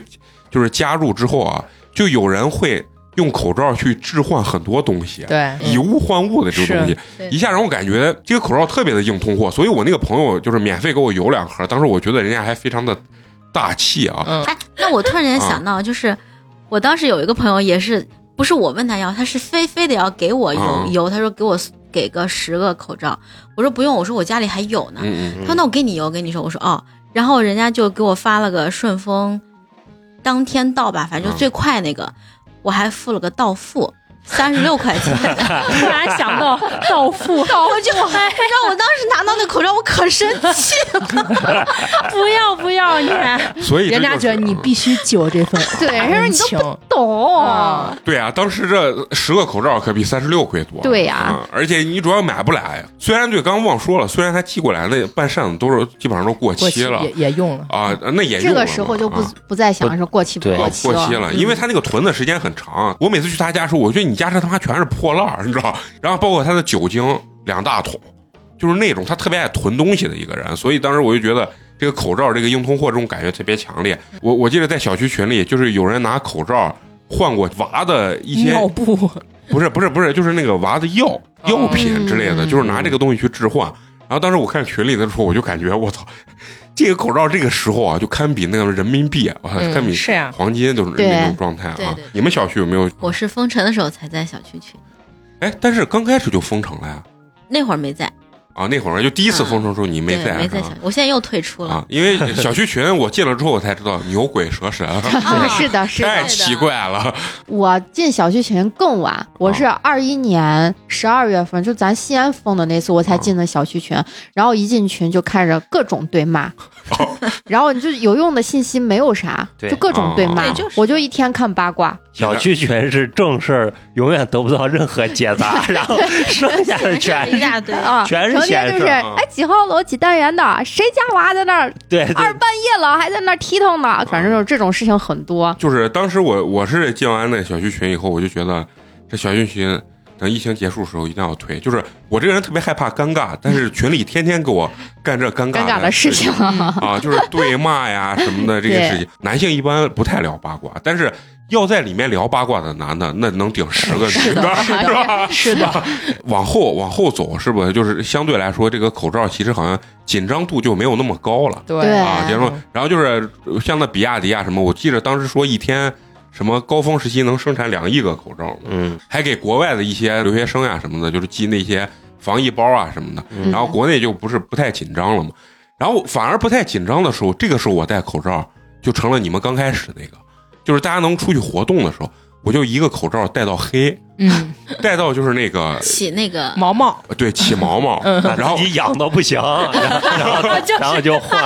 Speaker 1: 就是加入之后啊，就有人会用口罩去置换很多东西，
Speaker 2: 对，
Speaker 1: 以物换物的这个东西，
Speaker 4: 对
Speaker 1: 一下让我感觉这个口罩特别的硬通货。所以我那个朋友就是免费给我邮两盒，当时我觉得人家还非常的大气啊。
Speaker 2: 嗯，
Speaker 4: 哎，那我突然间想到，就是我当时有一个朋友也是，不是我问他要，他是非非得要给我邮
Speaker 1: 嗯
Speaker 4: 邮，他说给我给个十个口罩，我说不用，我说我家里还有呢。
Speaker 1: 嗯嗯
Speaker 4: 他说那我给你邮，给你说，我说哦，然后人家就给我发了个顺丰，当天到吧，反
Speaker 1: 嗯
Speaker 4: 正就最快那个，我还付了个到付。三十六块钱，
Speaker 2: 突然想到到付，
Speaker 4: 我就让我当时拿到那口罩，
Speaker 1: 嗯
Speaker 4: 我可生气
Speaker 2: 不要不要你看，
Speaker 1: 嗯，所以这
Speaker 2: 人家
Speaker 1: 就是
Speaker 2: 觉得你必须有这 份
Speaker 3: 对人家说你都不
Speaker 2: 情
Speaker 3: 懂、
Speaker 2: 啊
Speaker 1: 对啊，当时这十个口罩可比三十六贵多。
Speaker 3: 对呀
Speaker 1: 嗯而且你主要买不来。虽然对，刚忘说了，虽然他寄过来那半扇子都是基本上都过
Speaker 2: 过期
Speaker 1: 期了
Speaker 2: 也也用了，
Speaker 1: 啊，那也
Speaker 3: 这
Speaker 1: 用了
Speaker 3: 个
Speaker 1: 嘛
Speaker 3: 时候就不、
Speaker 1: 啊
Speaker 3: 不再想是过期不
Speaker 5: 对
Speaker 1: 啊
Speaker 3: 期
Speaker 1: 过期
Speaker 3: 了。
Speaker 1: 了，
Speaker 3: 嗯
Speaker 1: 因为他那个囤的时间很长。啊我每次去他家的时候，我觉得你家这他妈全是破烂儿，你知道？然后包括他的酒精两大桶，就是那种他特别爱囤东西的一个人，所以当时我就觉得。这个口罩，这个硬通货这种感觉特别强烈。我我记得在小区群里，就是有人拿口罩换过娃的一些啊
Speaker 2: 尿布，
Speaker 1: 不是不是不是，就是那个娃的药药品之类的，
Speaker 3: 嗯
Speaker 1: 就是拿这个东西去置换。然后当时我看群里的时候，我就感觉我操，这个口罩这个时候啊，就堪比那个人民币，我操，
Speaker 2: 嗯
Speaker 1: 堪比
Speaker 2: 是呀
Speaker 1: 黄金就是
Speaker 3: 对
Speaker 1: 那种状态
Speaker 4: 对
Speaker 1: 啊
Speaker 4: 对对。
Speaker 1: 你们小区有没有？
Speaker 4: 我是封城的时候才在小区去，
Speaker 1: 哎，但是刚开始就封城了呀。
Speaker 4: 那会儿没在，
Speaker 1: 啊，那会儿就第一次
Speaker 4: 嗯
Speaker 1: 封城的时候，你
Speaker 4: 对，
Speaker 1: 没在
Speaker 4: 没在
Speaker 1: 是
Speaker 4: 小
Speaker 1: 吧
Speaker 4: 区，我现在又退出了
Speaker 1: 啊，，因为小区群我进了之后，我才知道牛鬼蛇神，
Speaker 4: 啊
Speaker 3: 是的，是
Speaker 1: 太
Speaker 3: 的，
Speaker 1: 奇怪了。
Speaker 3: 我进小区群更晚，我是二一年十二月份，就咱西安封的那次，我才进的小区群。然后一进群就开始各种对骂， 然后你就有用的信息没有啥，
Speaker 6: 对
Speaker 3: 就各种对骂。
Speaker 4: 哦对就是
Speaker 3: 我就一天看八卦，
Speaker 5: 小区全是正事儿，永远得不到任何解答， 然后剩下的全
Speaker 4: 一 大堆。
Speaker 3: 啊，
Speaker 5: 全是
Speaker 3: 成天
Speaker 5: 闲
Speaker 3: 就
Speaker 5: 事
Speaker 3: 是
Speaker 5: 儿
Speaker 1: 啊
Speaker 3: 哎几号楼几单元的，谁家娃在那儿
Speaker 5: 对对
Speaker 3: 二半夜了还在那儿踢腾呢，反正就是这种事情很多。
Speaker 1: 就是当时我我是进完那小区群以后，我就觉得这小区群等疫情结束的时候一定要推。就是我这个人特别害怕尴尬，但是群里天天给我干这尴尬
Speaker 3: 尴尬的
Speaker 1: 的
Speaker 3: 事情，
Speaker 1: 啊，就是对骂呀什么的这些事情。男性一般不太聊八卦，但是要在里面聊八卦的男的，那能顶十 个女的，是吧？
Speaker 3: 是的，
Speaker 1: 往后往后走，是不是就是相对来说，这个口罩其实好像紧张度就没有那么高了。
Speaker 3: 对
Speaker 1: 啊，
Speaker 5: 哦
Speaker 3: 哎
Speaker 1: 结束。然后就是呃像那比亚迪啊什么，我记得当时说一天什么高峰时期能生产两亿个口罩嘛，
Speaker 5: 嗯，
Speaker 1: 还给国外的一些留学生啊什么的，就是寄那些防疫包啊什么的。
Speaker 5: 嗯
Speaker 1: 然后国内就不是不太紧张了嘛，然后反而不太紧张的时候，这个时候我戴口罩就成了你们刚开始那个，就是大家能出去活动的时候，我就一个口罩戴到黑，
Speaker 2: 嗯，
Speaker 1: 戴到就是那个
Speaker 4: 起那个
Speaker 2: 毛毛，
Speaker 1: 对起毛毛，
Speaker 5: 嗯
Speaker 1: 然后
Speaker 5: 你痒的不行，然后然后然后就 换，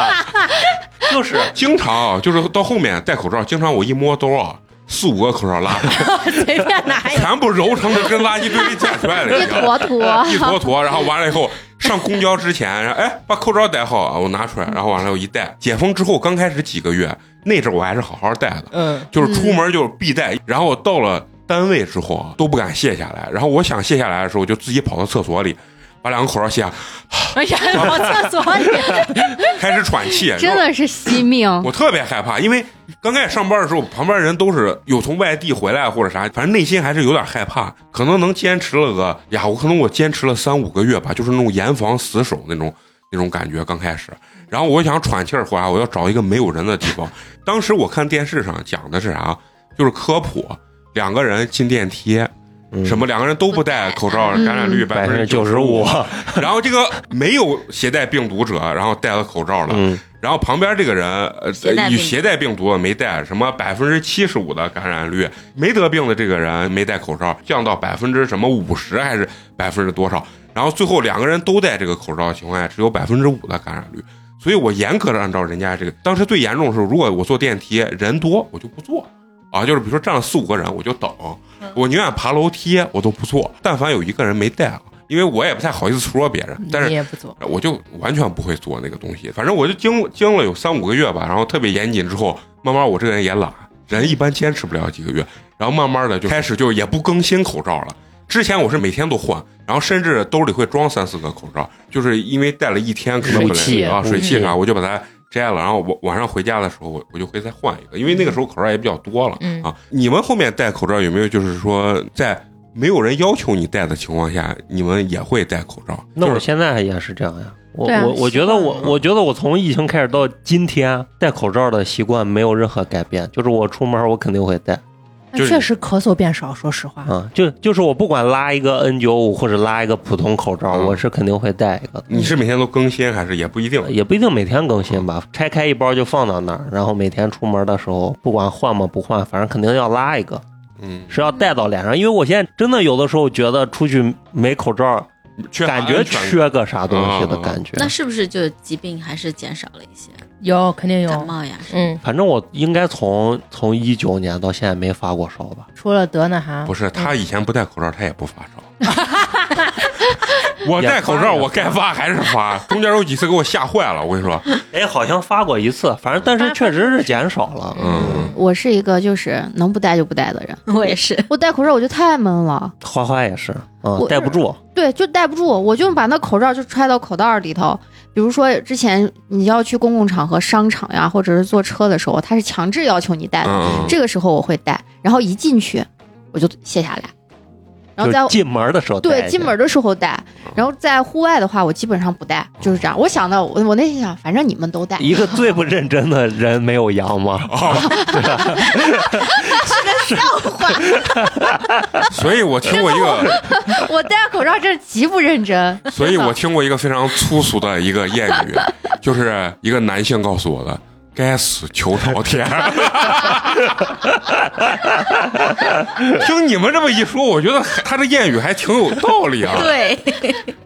Speaker 5: 就是
Speaker 1: 经常啊，就是到后面戴口罩，经常我一摸兜啊，四五个口罩拉出来，
Speaker 2: 随便拿一个。
Speaker 1: 全部揉成的跟垃圾堆里捡出来的
Speaker 3: 一
Speaker 1: 样
Speaker 3: 坨坨
Speaker 1: 一坨坨，然后完了以后上公交之前，然后哎把口罩戴好啊，我拿出来，然后完了我一戴，解封之后刚开始几个月那阵儿我还是好好戴的，
Speaker 2: 嗯，
Speaker 1: 就是出门就是必戴，然后到了单位之后啊都不敢卸下来，然后我想卸下来的时候就自己跑到厕所里。把两个口罩卸，下，
Speaker 2: 哎呀，跑厕所 里，
Speaker 1: 开始喘 气，
Speaker 3: 真的是惜命。
Speaker 1: 我特别害怕，因为刚开始上班的时候，旁边人都是有从外地回来或者啥，反正内心还是有点害怕。可能能坚持了个呀，我可能我坚持了三五个月吧，就是那种严防死守那种那种感觉。刚开始，然后我想喘气儿回来，我要找一个没有人的地方。当时我看电视上讲的是啥，就是科普，两个人进电梯，什么两个人都不戴口罩，
Speaker 3: 嗯
Speaker 1: 感染率百
Speaker 5: 嗯百
Speaker 1: 分
Speaker 5: 分
Speaker 1: 之
Speaker 5: 之
Speaker 1: 九
Speaker 5: 九
Speaker 1: 十
Speaker 5: 十五
Speaker 1: 五。， 然后这个没有携带病毒者，然后戴了口罩了。
Speaker 5: 嗯，
Speaker 1: 然后旁边这个人，呃，
Speaker 4: 携带病
Speaker 1: 有
Speaker 4: 毒
Speaker 1: 携带病毒没戴，什么百分之七十五的感染率，没得病的这个人没戴口罩，降到百分之什么五十还是百分之多少？然后最后两个人都戴这个口罩的情况下，只有百分之五的感染率。所以我严格的按照人家这个，当时最严重的时候，如果我坐电梯人多，我就不坐。啊，就是比如说站了四五个人，我就等，我宁愿爬楼梯，我都不坐。但凡有一个人没戴啊，因为我也不太好意思说别人，但是
Speaker 2: 你也不做，
Speaker 1: 呃我就完全不会做那个东西。反正我就经经了有三五个月吧，然后特别严谨之后，慢慢我这个人也懒，人一般坚持不了几个月，然后慢慢的就开始就也不更新口罩了。之前我是每天都换，然后甚至兜里会装三四个口罩，就是因为戴了一天可能本来
Speaker 5: 水汽
Speaker 1: 啊水汽
Speaker 5: 嗯
Speaker 1: 啥，我就把它摘了，然后我晚上回家的时候我我就会再换一个，因为那个时候口罩也比较多了、
Speaker 2: 嗯
Speaker 1: 啊。你们后面戴口罩有没有就是说在没有人要求你戴的情况下，你们也会戴口罩？
Speaker 5: 那
Speaker 1: 就是
Speaker 5: 我现在也是这样呀。我
Speaker 2: 对啊
Speaker 5: 我我觉得
Speaker 2: 习惯
Speaker 5: 我
Speaker 2: 了
Speaker 5: 我觉得我从疫情开始到今天戴口罩的习惯没有任何改变，就是我出门我肯定会戴
Speaker 1: 就是
Speaker 2: 那
Speaker 1: 嗯
Speaker 2: 确实咳嗽变少，说实话，
Speaker 5: 啊，就就是我不管拉一个 N 九五或者拉一个普通口罩，
Speaker 1: 嗯
Speaker 5: 我是肯定会戴一个的。
Speaker 1: 你是每天都更新还是也不一定？
Speaker 5: 也不一定每天更新吧，拆开一包就放到那儿，然后每天出门的时候，不管换吗不换，反正肯定要拉一个，
Speaker 1: 嗯，
Speaker 5: 是要戴到脸上。因为我现在真的有的时候觉得出去没口罩，
Speaker 1: 嗯缺乏
Speaker 5: 感觉
Speaker 1: 安全感
Speaker 5: 缺个啥东西的
Speaker 1: 嗯嗯嗯
Speaker 5: 感觉。
Speaker 4: 那是不是就疾病还是减少了一些？
Speaker 2: 有肯定
Speaker 4: 感
Speaker 2: 有，
Speaker 4: 冒呀，
Speaker 2: 嗯，
Speaker 5: 反正我应该从从一九年到现在没发过烧吧。
Speaker 2: 除了得那啥，
Speaker 1: 不是他以前不戴口罩，他也不发烧。我戴口罩，我该发还是发，中间有几次给我吓坏了。我跟你说，
Speaker 5: 哎，好像发过一次，反正但是确实是减少了。
Speaker 1: 嗯，
Speaker 3: 我是一个就是能不戴就不戴的人，
Speaker 4: 我也是。
Speaker 3: 我戴口罩我就太闷了，
Speaker 5: 花花也是，嗯
Speaker 3: 我，
Speaker 5: 戴不住。
Speaker 3: 对，就戴不住，我就把那口罩就揣到口袋里头。比如说之前你要去公共场合、商场呀，或者是坐车的时候，他是强制要求你戴的，
Speaker 1: 嗯
Speaker 3: 这个时候我会戴，然后一进去我就卸下来，然后在
Speaker 5: 就进门的时候戴一
Speaker 3: 对
Speaker 5: 下
Speaker 3: 进门的时候戴，
Speaker 1: 嗯
Speaker 3: 然后在户外的话我基本上不戴，就是这样。我想的，我我内心想，反正你们都戴，
Speaker 5: 一个最不认真的人没有阳 吗？
Speaker 1: 所以我听过一个，
Speaker 3: 我戴口罩真是极不认真。
Speaker 1: 所以我听过一个非常粗俗的一个谚语，就是一个男性告诉我的。该死，求朝天！听你们这么一说，我觉得还他这谚语还挺有道理啊。
Speaker 4: 对，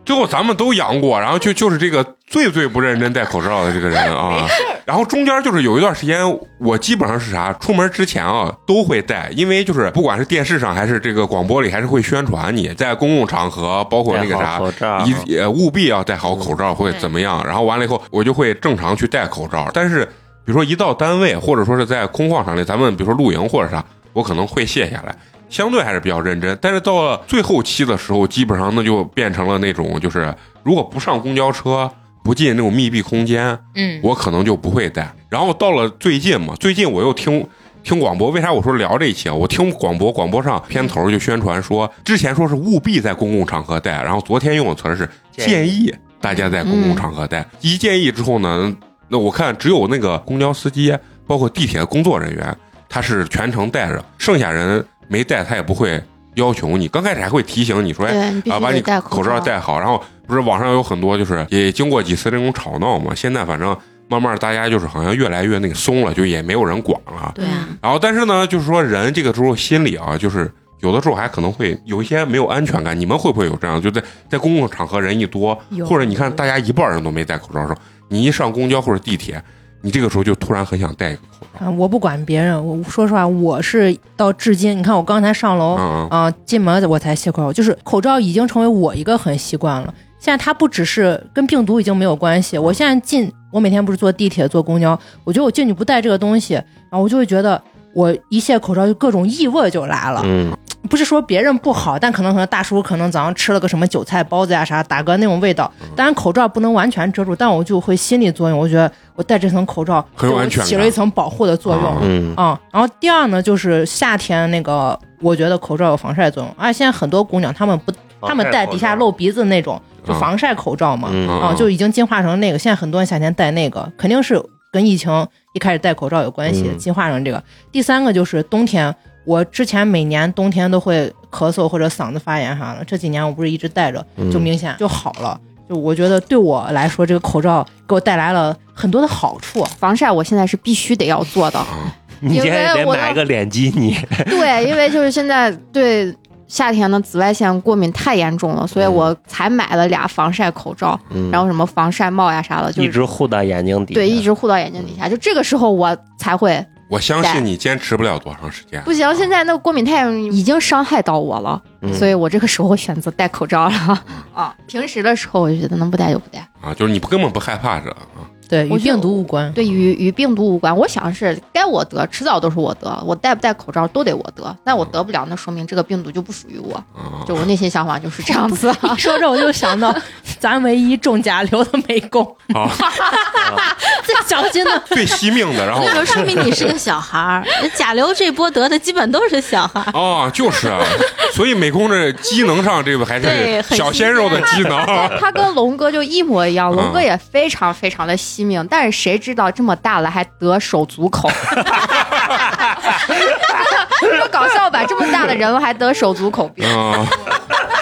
Speaker 1: 最后咱们都阳过，然后就就是这个最最不认真戴口罩的这个人啊。然后中间就是有一段时间，我基本上是啥，出门之前啊都会戴，因为就是不管是电视上还是这个广播里，还是会宣传你在公共场合，包括那个啥
Speaker 5: 哎戴好口罩
Speaker 1: 一呃务必要戴好口罩会
Speaker 4: 对
Speaker 1: 怎么样。然后完了以后，我就会正常去戴口罩，但是比如说一到单位或者说是在空旷场地，咱们比如说露营或者啥，我可能会卸下来。相对还是比较认真，但是到了最后期的时候，基本上那就变成了那种，就是如果不上公交车，不进那种密闭空间，
Speaker 2: 嗯，
Speaker 1: 我可能就不会戴。然后到了最近嘛，最近我又听听广播，为啥我说聊这一期啊？我听广播，广播上片头就宣传说，之前说是务必在公共场合戴，然后昨天用的词儿是建
Speaker 5: 建
Speaker 1: 议大家在公共场合戴。一建议之后呢，那我看只有那个公交司机，包括地铁的工作人员，他是全程戴着，剩下人没戴，他也不会要求你。刚开始还会提醒你说，哎，
Speaker 3: 对你必
Speaker 1: 啊，
Speaker 3: 须
Speaker 1: 把
Speaker 3: 得
Speaker 1: 你
Speaker 3: 戴
Speaker 1: 口
Speaker 3: 罩。
Speaker 1: 罩戴好。然后不是网上有很多就是也经过几次这种吵闹嘛，现在反正慢慢大家就是好像越来越那个松了，就也没有人管了。
Speaker 4: 对啊，
Speaker 1: 然后但是呢，就是说人这个时候心里啊，就是有的时候还可能会有一些没有安全感。你们会不会有这样？就在在公共场合人一多，
Speaker 2: 有
Speaker 1: 或者你看大家一半人都没戴口罩的时候，你一上公交或者地铁，你这个时候就突然很想戴一个口罩。
Speaker 2: 啊，我不管别人，我说实话，我是到至今，你看我刚才上
Speaker 3: 哦
Speaker 2: 楼啊、
Speaker 1: 嗯嗯，
Speaker 2: 进门我才卸口罩，就是口罩已经成为我一个很习惯了。现在它不只是跟病毒已经没有关系，我现在进，我每天不是坐地铁、坐公交，我觉得我进去不带这个东西，然后我就会觉得我一卸口罩就各种异味就来了。
Speaker 5: 嗯，
Speaker 2: 不是说别人不好，但可能可能大叔可能早上吃了个什么韭菜包子呀、啥，打嗝那种味道。
Speaker 1: 嗯
Speaker 2: 当然口罩不能完全遮住，但我就会心理作用，我觉得我戴这层口罩
Speaker 1: 很有
Speaker 2: 对我
Speaker 1: 安全感
Speaker 2: 起了一层保护的作用。
Speaker 1: 啊
Speaker 5: 嗯，
Speaker 2: 啊、然后第二呢，就是夏天那个，我觉得口罩有防晒作用，而且现在很多姑娘她们不，
Speaker 5: 哦
Speaker 2: 她们戴底下露鼻子那种，就防晒口罩嘛，
Speaker 5: 嗯
Speaker 3: 哦
Speaker 2: 啊、就已经进化成那个。现在很多人夏天戴那个，肯定是跟疫情一开始戴口罩有关系，
Speaker 5: 嗯
Speaker 2: 进化成这个。第三个就是冬天，我之前每年冬天都会咳嗽或者嗓子发炎啥的，这几年我不是一直戴着，
Speaker 5: 嗯
Speaker 2: 就明显就好了。就我觉得对我来说，这个口罩给我带来了很多的好处。
Speaker 3: 防晒我现在是必须得要做的，
Speaker 5: 你现在
Speaker 3: 因
Speaker 5: 得
Speaker 3: 为我
Speaker 5: 买一个脸基尼，
Speaker 3: 对，因为就是现在对夏天的紫外线过敏太严重了，所以我才买了俩防晒口罩，
Speaker 5: 嗯
Speaker 3: 然后什么防晒帽呀啥的，就
Speaker 5: 一
Speaker 3: 是
Speaker 5: 直护到眼嗯睛底下，
Speaker 3: 对一直护到眼睛底下，就这个时候我才会
Speaker 1: 我相信你坚持不了多长时间。啊
Speaker 3: 不行，现在那个过敏太严重已经伤害到我了，
Speaker 5: 嗯
Speaker 3: 所以我这个时候我选择戴口罩了 啊。平时的时候我就觉得能不戴就不戴，
Speaker 1: 啊，就是你根本不害怕这啊。
Speaker 2: 对，与
Speaker 3: 我觉得
Speaker 2: 病毒无关。
Speaker 3: 对与与病毒无关。我想是该我得，迟早都是我得，我戴不戴口罩都得我得。那
Speaker 5: 嗯
Speaker 3: 我得不了，那说明这个病毒就不属于我。
Speaker 5: 哦
Speaker 1: 啊
Speaker 3: 就我内心想法就是这样子。啊
Speaker 2: 一说这我就想到 咱唯一中甲流的美工，
Speaker 1: 啊，
Speaker 2: 最小心的
Speaker 1: 最惜命的，然后
Speaker 4: 那时候说明你是个小孩儿。甲流这波得的基本都是小孩儿。
Speaker 1: 啊，就是啊，所以美工这机能上这个还
Speaker 4: 对
Speaker 1: 是
Speaker 4: 很
Speaker 1: 小鲜肉的机 能。
Speaker 3: 他跟龙哥就一模一样，
Speaker 1: 嗯
Speaker 3: 龙哥也非常非常的惜命，但是谁知道这么大了还得手足口？ 说搞笑吧，这么大的人了还得手足口病，
Speaker 1: 啊，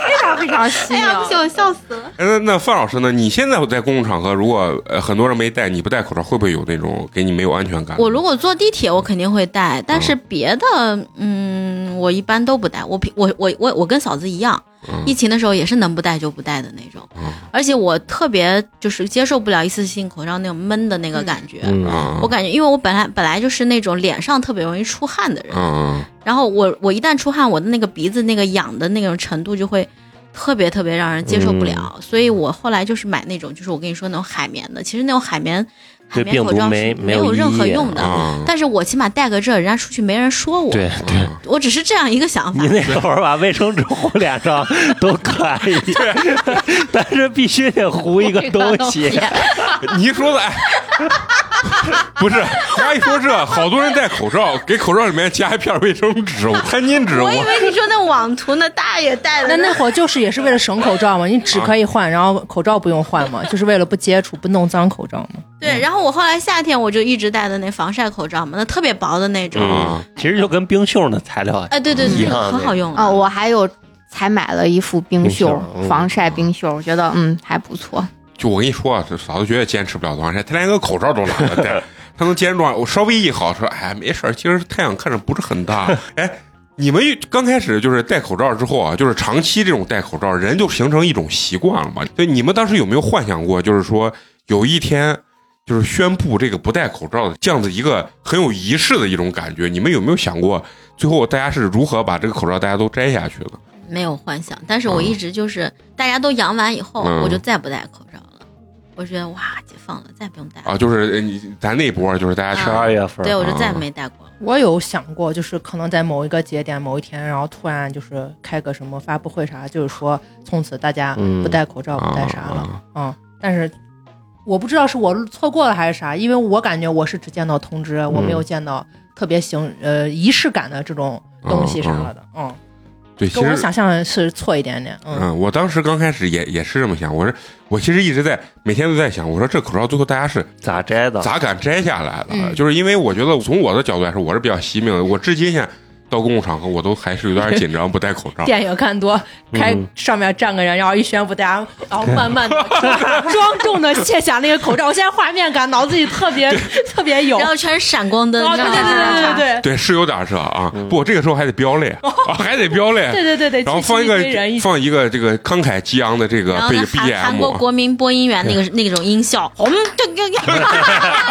Speaker 3: 非常非常惜命。
Speaker 4: 哎行，我笑死了。
Speaker 1: 哎那那范老师呢？你现在在公共场合，如果呃很多人没戴，你不戴口罩，会不会有那种给你没有安全感？
Speaker 4: 我如果坐地铁，我肯定会戴，但是别的，嗯，我一般都不戴。我平我我我我跟嫂子一样，
Speaker 1: 嗯
Speaker 4: 疫情的时候也是能不戴就不戴的那种
Speaker 1: 嗯，
Speaker 4: 而且我特别就是接受不了一次性口罩那种闷的那个感觉。
Speaker 5: 嗯，
Speaker 1: 啊，
Speaker 4: 我感觉，因为我本来本来就是那种脸上特别容易出汗的人，
Speaker 1: 嗯
Speaker 4: 然后我我一旦出汗，我的那个鼻子那个痒的那种程度就会特别特别让人接受不了，
Speaker 5: 嗯
Speaker 4: 所以我后来就是买那种，就是我跟你说那种海绵的，其实那种海绵海
Speaker 5: 对
Speaker 4: 绵
Speaker 5: 病
Speaker 4: 口
Speaker 5: 毒
Speaker 4: 罩
Speaker 5: 没
Speaker 4: 是
Speaker 5: 没有
Speaker 4: 有任何
Speaker 5: 意义嗯
Speaker 4: 用的，
Speaker 1: 啊
Speaker 4: 但是我起码戴个这，人家出去没人说我，
Speaker 5: 对对。
Speaker 4: 我只是这样一个想法
Speaker 5: 你。那会儿把卫生纸糊脸上都可以， 但是必须得糊一个东西。
Speaker 1: 你一说的，哎， 不是，他一说这，好多人戴口罩，给口罩里面加一片卫生纸、餐巾纸，
Speaker 4: 我以
Speaker 1: 我
Speaker 4: 为你说那网图那大爷戴
Speaker 2: 那
Speaker 4: 的
Speaker 2: 那会儿就是也是为了省口罩嘛，你纸可以换，然后口罩不用换 嘛，就是为了不接触、不弄脏口罩嘛。
Speaker 4: 对，然后我后来夏天我就一直戴的那防晒口罩嘛，那特别薄的那种，
Speaker 1: 啊，
Speaker 5: 其实就跟冰袖那材料啊
Speaker 4: 哎，对对
Speaker 5: 一
Speaker 4: 对，
Speaker 5: 样的
Speaker 4: 很好用
Speaker 3: 啊、我还有才买了一副冰袖
Speaker 5: 冰袖嗯
Speaker 3: 防晒冰袖，我觉得嗯还不错。
Speaker 1: 就我跟你说啊，这嫂子绝对坚持不了多长时间，他连个口罩都懒得戴。他能坚持住。我稍微一好说，哎，没事儿，其实太阳看着不是很大。哎，你们刚开始就是戴口罩之后啊，就是长期这种戴口罩，人就形成一种习惯了嘛。所以你们当时有没有幻想过，就是说有一天？就是宣布这个不戴口罩的这样子一个很有仪式的一种感觉，你们有没有想过，最后大家是如何把这个口罩大家都摘下去的？
Speaker 4: 没有幻想，但是我一直就是、大家都阳完以后，
Speaker 1: 嗯
Speaker 4: 我就再不戴口罩了。我觉得哇，解放了，再不用戴了。
Speaker 1: 啊，就是呃你咱那波就是大家
Speaker 5: 十
Speaker 1: 吃
Speaker 4: 啊
Speaker 5: 二月份，
Speaker 4: 对，我就再也没戴过了。
Speaker 2: 我有想过，就是可能在某一个节点、某一天，然后突然就是开个什么发布会啥，就是说从此大家
Speaker 5: 嗯
Speaker 2: 不戴口罩、
Speaker 1: 啊
Speaker 2: 不戴啥了，嗯。但是我不知道是我错过了还是啥，因为我感觉我是只见到通知，我没有见到特别形呃仪式感的这种东西啥了的，嗯，
Speaker 1: 对，其
Speaker 2: 跟我
Speaker 1: 实
Speaker 2: 想象的是错一点点，嗯
Speaker 1: 嗯，我当时刚开始也也是这么想，我是我其实一直在每天都在想，我说这口罩最后大家是
Speaker 5: 咋摘的？
Speaker 1: 咋敢摘下来的？
Speaker 2: 啊
Speaker 1: 啊
Speaker 2: 嗯
Speaker 1: 就是因为我觉得从我的角度来说，我是比较惜命的，我至今现在到公共场合我都还是有点紧张，不戴 口罩。
Speaker 2: 电影看多，开
Speaker 5: 嗯
Speaker 2: 上面站个人，然后一宣布，大家 然后慢慢的庄重的卸下那个口罩。我现在画面感，脑子里特 别特别有。
Speaker 4: 然后全是闪光灯，
Speaker 2: 哦
Speaker 4: 你知
Speaker 2: 对
Speaker 4: 道
Speaker 2: 对
Speaker 4: 吗
Speaker 2: 对对对
Speaker 1: 对，是有点这啊，不，这个时候还得飙泪，啊还得飙泪，
Speaker 2: 嗯哦对对对对，
Speaker 1: 然后放一
Speaker 2: 聚集堆人
Speaker 1: 个
Speaker 2: 一起
Speaker 1: 放一个这个慷慨激昂的这个
Speaker 4: 然后
Speaker 1: 被啊
Speaker 4: 呢，韩韩国
Speaker 1: BGM，
Speaker 4: 国民播音员那个那种音效，红这个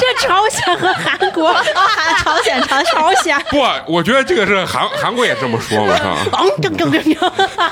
Speaker 2: 这朝鲜和韩国
Speaker 4: 朝鲜朝鲜，
Speaker 2: 朝鲜。
Speaker 1: 不，我觉得这个是韩韩国也这么说，我操！
Speaker 2: 噔噔噔噔，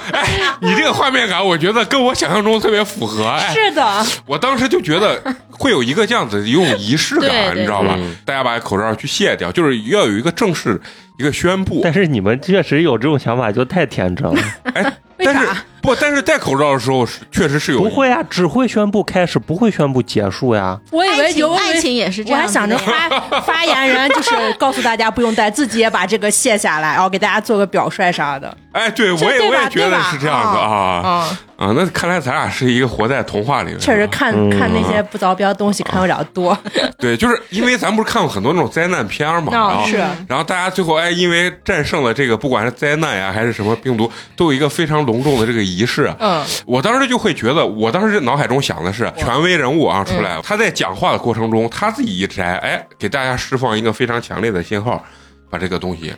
Speaker 1: 你这个画面感，我觉得跟我想象中特别符合。哎，
Speaker 2: 是的，
Speaker 1: 我当时就觉得会有一个这样子一种仪式
Speaker 4: 对
Speaker 1: 感，
Speaker 4: 对
Speaker 1: 你知道吧
Speaker 5: 嗯？
Speaker 1: 大家把口罩去卸掉，就是要有一个正式一个宣布
Speaker 5: 但。是你们确实有这种想法，就太天真了。
Speaker 1: 哎，
Speaker 2: 为
Speaker 1: 但是
Speaker 2: 啥
Speaker 1: 不，但是戴口罩的时候是确实是有
Speaker 5: 不会啊，只会宣布开始，不会宣布结束呀。
Speaker 2: 我以
Speaker 4: 爱
Speaker 2: 为有
Speaker 4: 情爱情也是这
Speaker 2: 我
Speaker 4: 样。
Speaker 2: 还想着，发 发言人就是告诉大家不用戴，自己也把这个卸下来，然后给大家做个表率啥的
Speaker 1: 哎，对我
Speaker 2: 这
Speaker 1: 也
Speaker 2: 对
Speaker 1: 我
Speaker 2: 吧
Speaker 1: 也觉得
Speaker 2: 对吧
Speaker 1: 是这样子啊
Speaker 4: 嗯
Speaker 2: 啊。
Speaker 1: 啊！那看来咱俩是一个活在童话里面的，
Speaker 2: 确实看
Speaker 5: 嗯
Speaker 2: 看那些不着边的东西看有点多，
Speaker 1: 啊对，就是因为咱不是看过很多那种灾难片儿嘛，然
Speaker 2: 那
Speaker 1: 后
Speaker 2: 哦是
Speaker 1: 然后大家最后哎，因为战胜了这个，不管是灾难呀还是什么病毒，都有一个非常隆重的这个仪式。啊
Speaker 2: 嗯，
Speaker 1: 我当时就会觉得，我当时脑海中想的是权威人物啊出来，他在讲话的过程中，他自己一摘，哎，给大家释放一个非常强烈的信号，把这个东西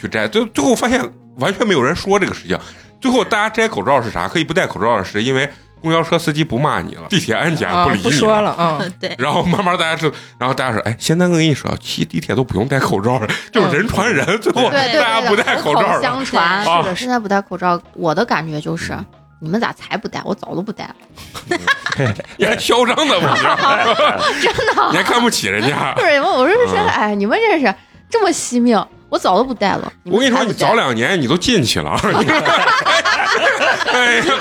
Speaker 1: 去摘。最最后发现完全没有人说这个事情。最后大家摘口罩是啥？可以不戴口罩的是因为公交车司机不骂你了，地铁安检
Speaker 2: 啊
Speaker 1: 不理你
Speaker 2: 不说了啊，嗯
Speaker 4: 对，
Speaker 1: 然后慢慢大家就，然后大家说，哎，现在我跟你说，骑地铁都不用戴口罩了，就是人传人，最后
Speaker 3: 对对
Speaker 1: 大家
Speaker 3: 对，
Speaker 1: 不戴口罩
Speaker 3: 口口
Speaker 1: 了。啊
Speaker 3: 相传
Speaker 1: 对
Speaker 3: 是的，现在不戴口罩，我的感觉就是。你们咋才不戴？我早都不戴 了，
Speaker 1: 你还嚣张的不是？
Speaker 3: 真的。
Speaker 1: 你还看不起人家
Speaker 3: 不？是，我我是觉得，哎，你们这是这么惜命，我早都不戴了。
Speaker 1: 我跟你说，
Speaker 3: 们
Speaker 1: 你
Speaker 3: 才不戴
Speaker 1: 早两年你都进去了， 你哎呀，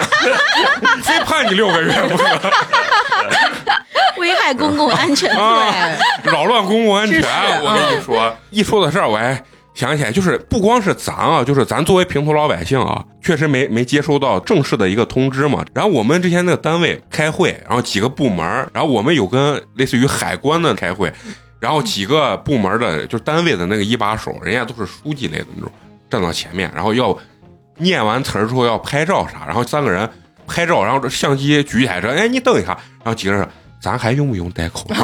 Speaker 1: 非判你六个月不可
Speaker 4: 危害公共安全。
Speaker 1: 啊！扰乱公共安全
Speaker 2: 是是，嗯
Speaker 1: 我跟你说，一说到这儿，我还想起来，就是不光是咱啊，就是咱作为平头老百姓啊，确实没没接收到正式的一个通知嘛。然后我们之前那个单位开会，然后几个部门，然后我们有跟类似于海关的开会，然后几个部门的，就是单位的那个一把手，人家都是书记类的那种，站到前面，然后要念完词儿之后要拍照啥，然后三个人拍照，然后这相机举起来说：“哎，你等一下。”然后 几个人说：“咱还用不用戴口罩？”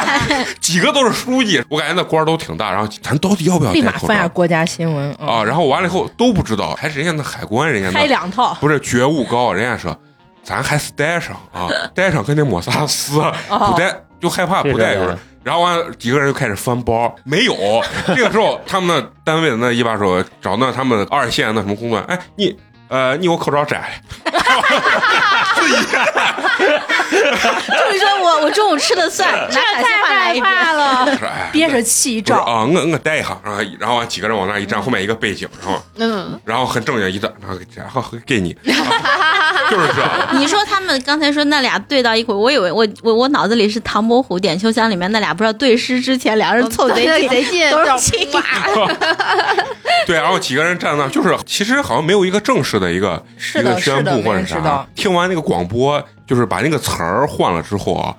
Speaker 1: 几个都是书记，我感觉那官儿都挺大。然后 咱到底要不要
Speaker 2: 立
Speaker 1: 戴
Speaker 2: 马
Speaker 1: 口
Speaker 2: 翻下
Speaker 1: 罩
Speaker 2: 国家新闻啊，
Speaker 1: 啊？然后完了以后都不知道，还是人家那海关人家
Speaker 2: 开
Speaker 1: 那
Speaker 2: 两套，
Speaker 1: 不是觉悟高，人家说咱还是戴上啊，戴上跟那抹萨丝不戴就害怕不戴一会儿
Speaker 5: 这个。
Speaker 1: 然后完了几个人就开始翻包，没 有。这个时候他们那单位的那一把手找那他们二线那什么工作人员，哎你。呃，你给我口罩摘来，
Speaker 4: 就是说我我中午吃的蒜，拿凯撒饭来一遍。
Speaker 2: 了，
Speaker 1: 说哎，
Speaker 2: 憋着气一
Speaker 1: 不是
Speaker 2: 照，
Speaker 1: 啊，我我戴一下，然后然后几个人往那一站，后面一个背景，然后
Speaker 3: 嗯，
Speaker 1: 然后很正经一站，然后然后给你，啊就是这样，
Speaker 4: 你说他们刚才说那俩对到一块，我以为我我我脑子里是《唐伯虎点秋香》里面那俩不知道对诗之前俩人 凑贼
Speaker 3: 对
Speaker 4: 近，
Speaker 3: 贼近，
Speaker 4: 都
Speaker 3: 就是
Speaker 4: 亲。
Speaker 1: 对，然后几个人站那儿，就是其实好像没有一个正式的一个
Speaker 2: 是
Speaker 1: 一个
Speaker 2: 的，是
Speaker 1: 宣
Speaker 2: 的，
Speaker 1: 布
Speaker 2: 没
Speaker 1: 或者
Speaker 2: 人知
Speaker 1: 啥
Speaker 2: 道。。
Speaker 1: 听完那个广播，就是把那个词儿换了之后啊，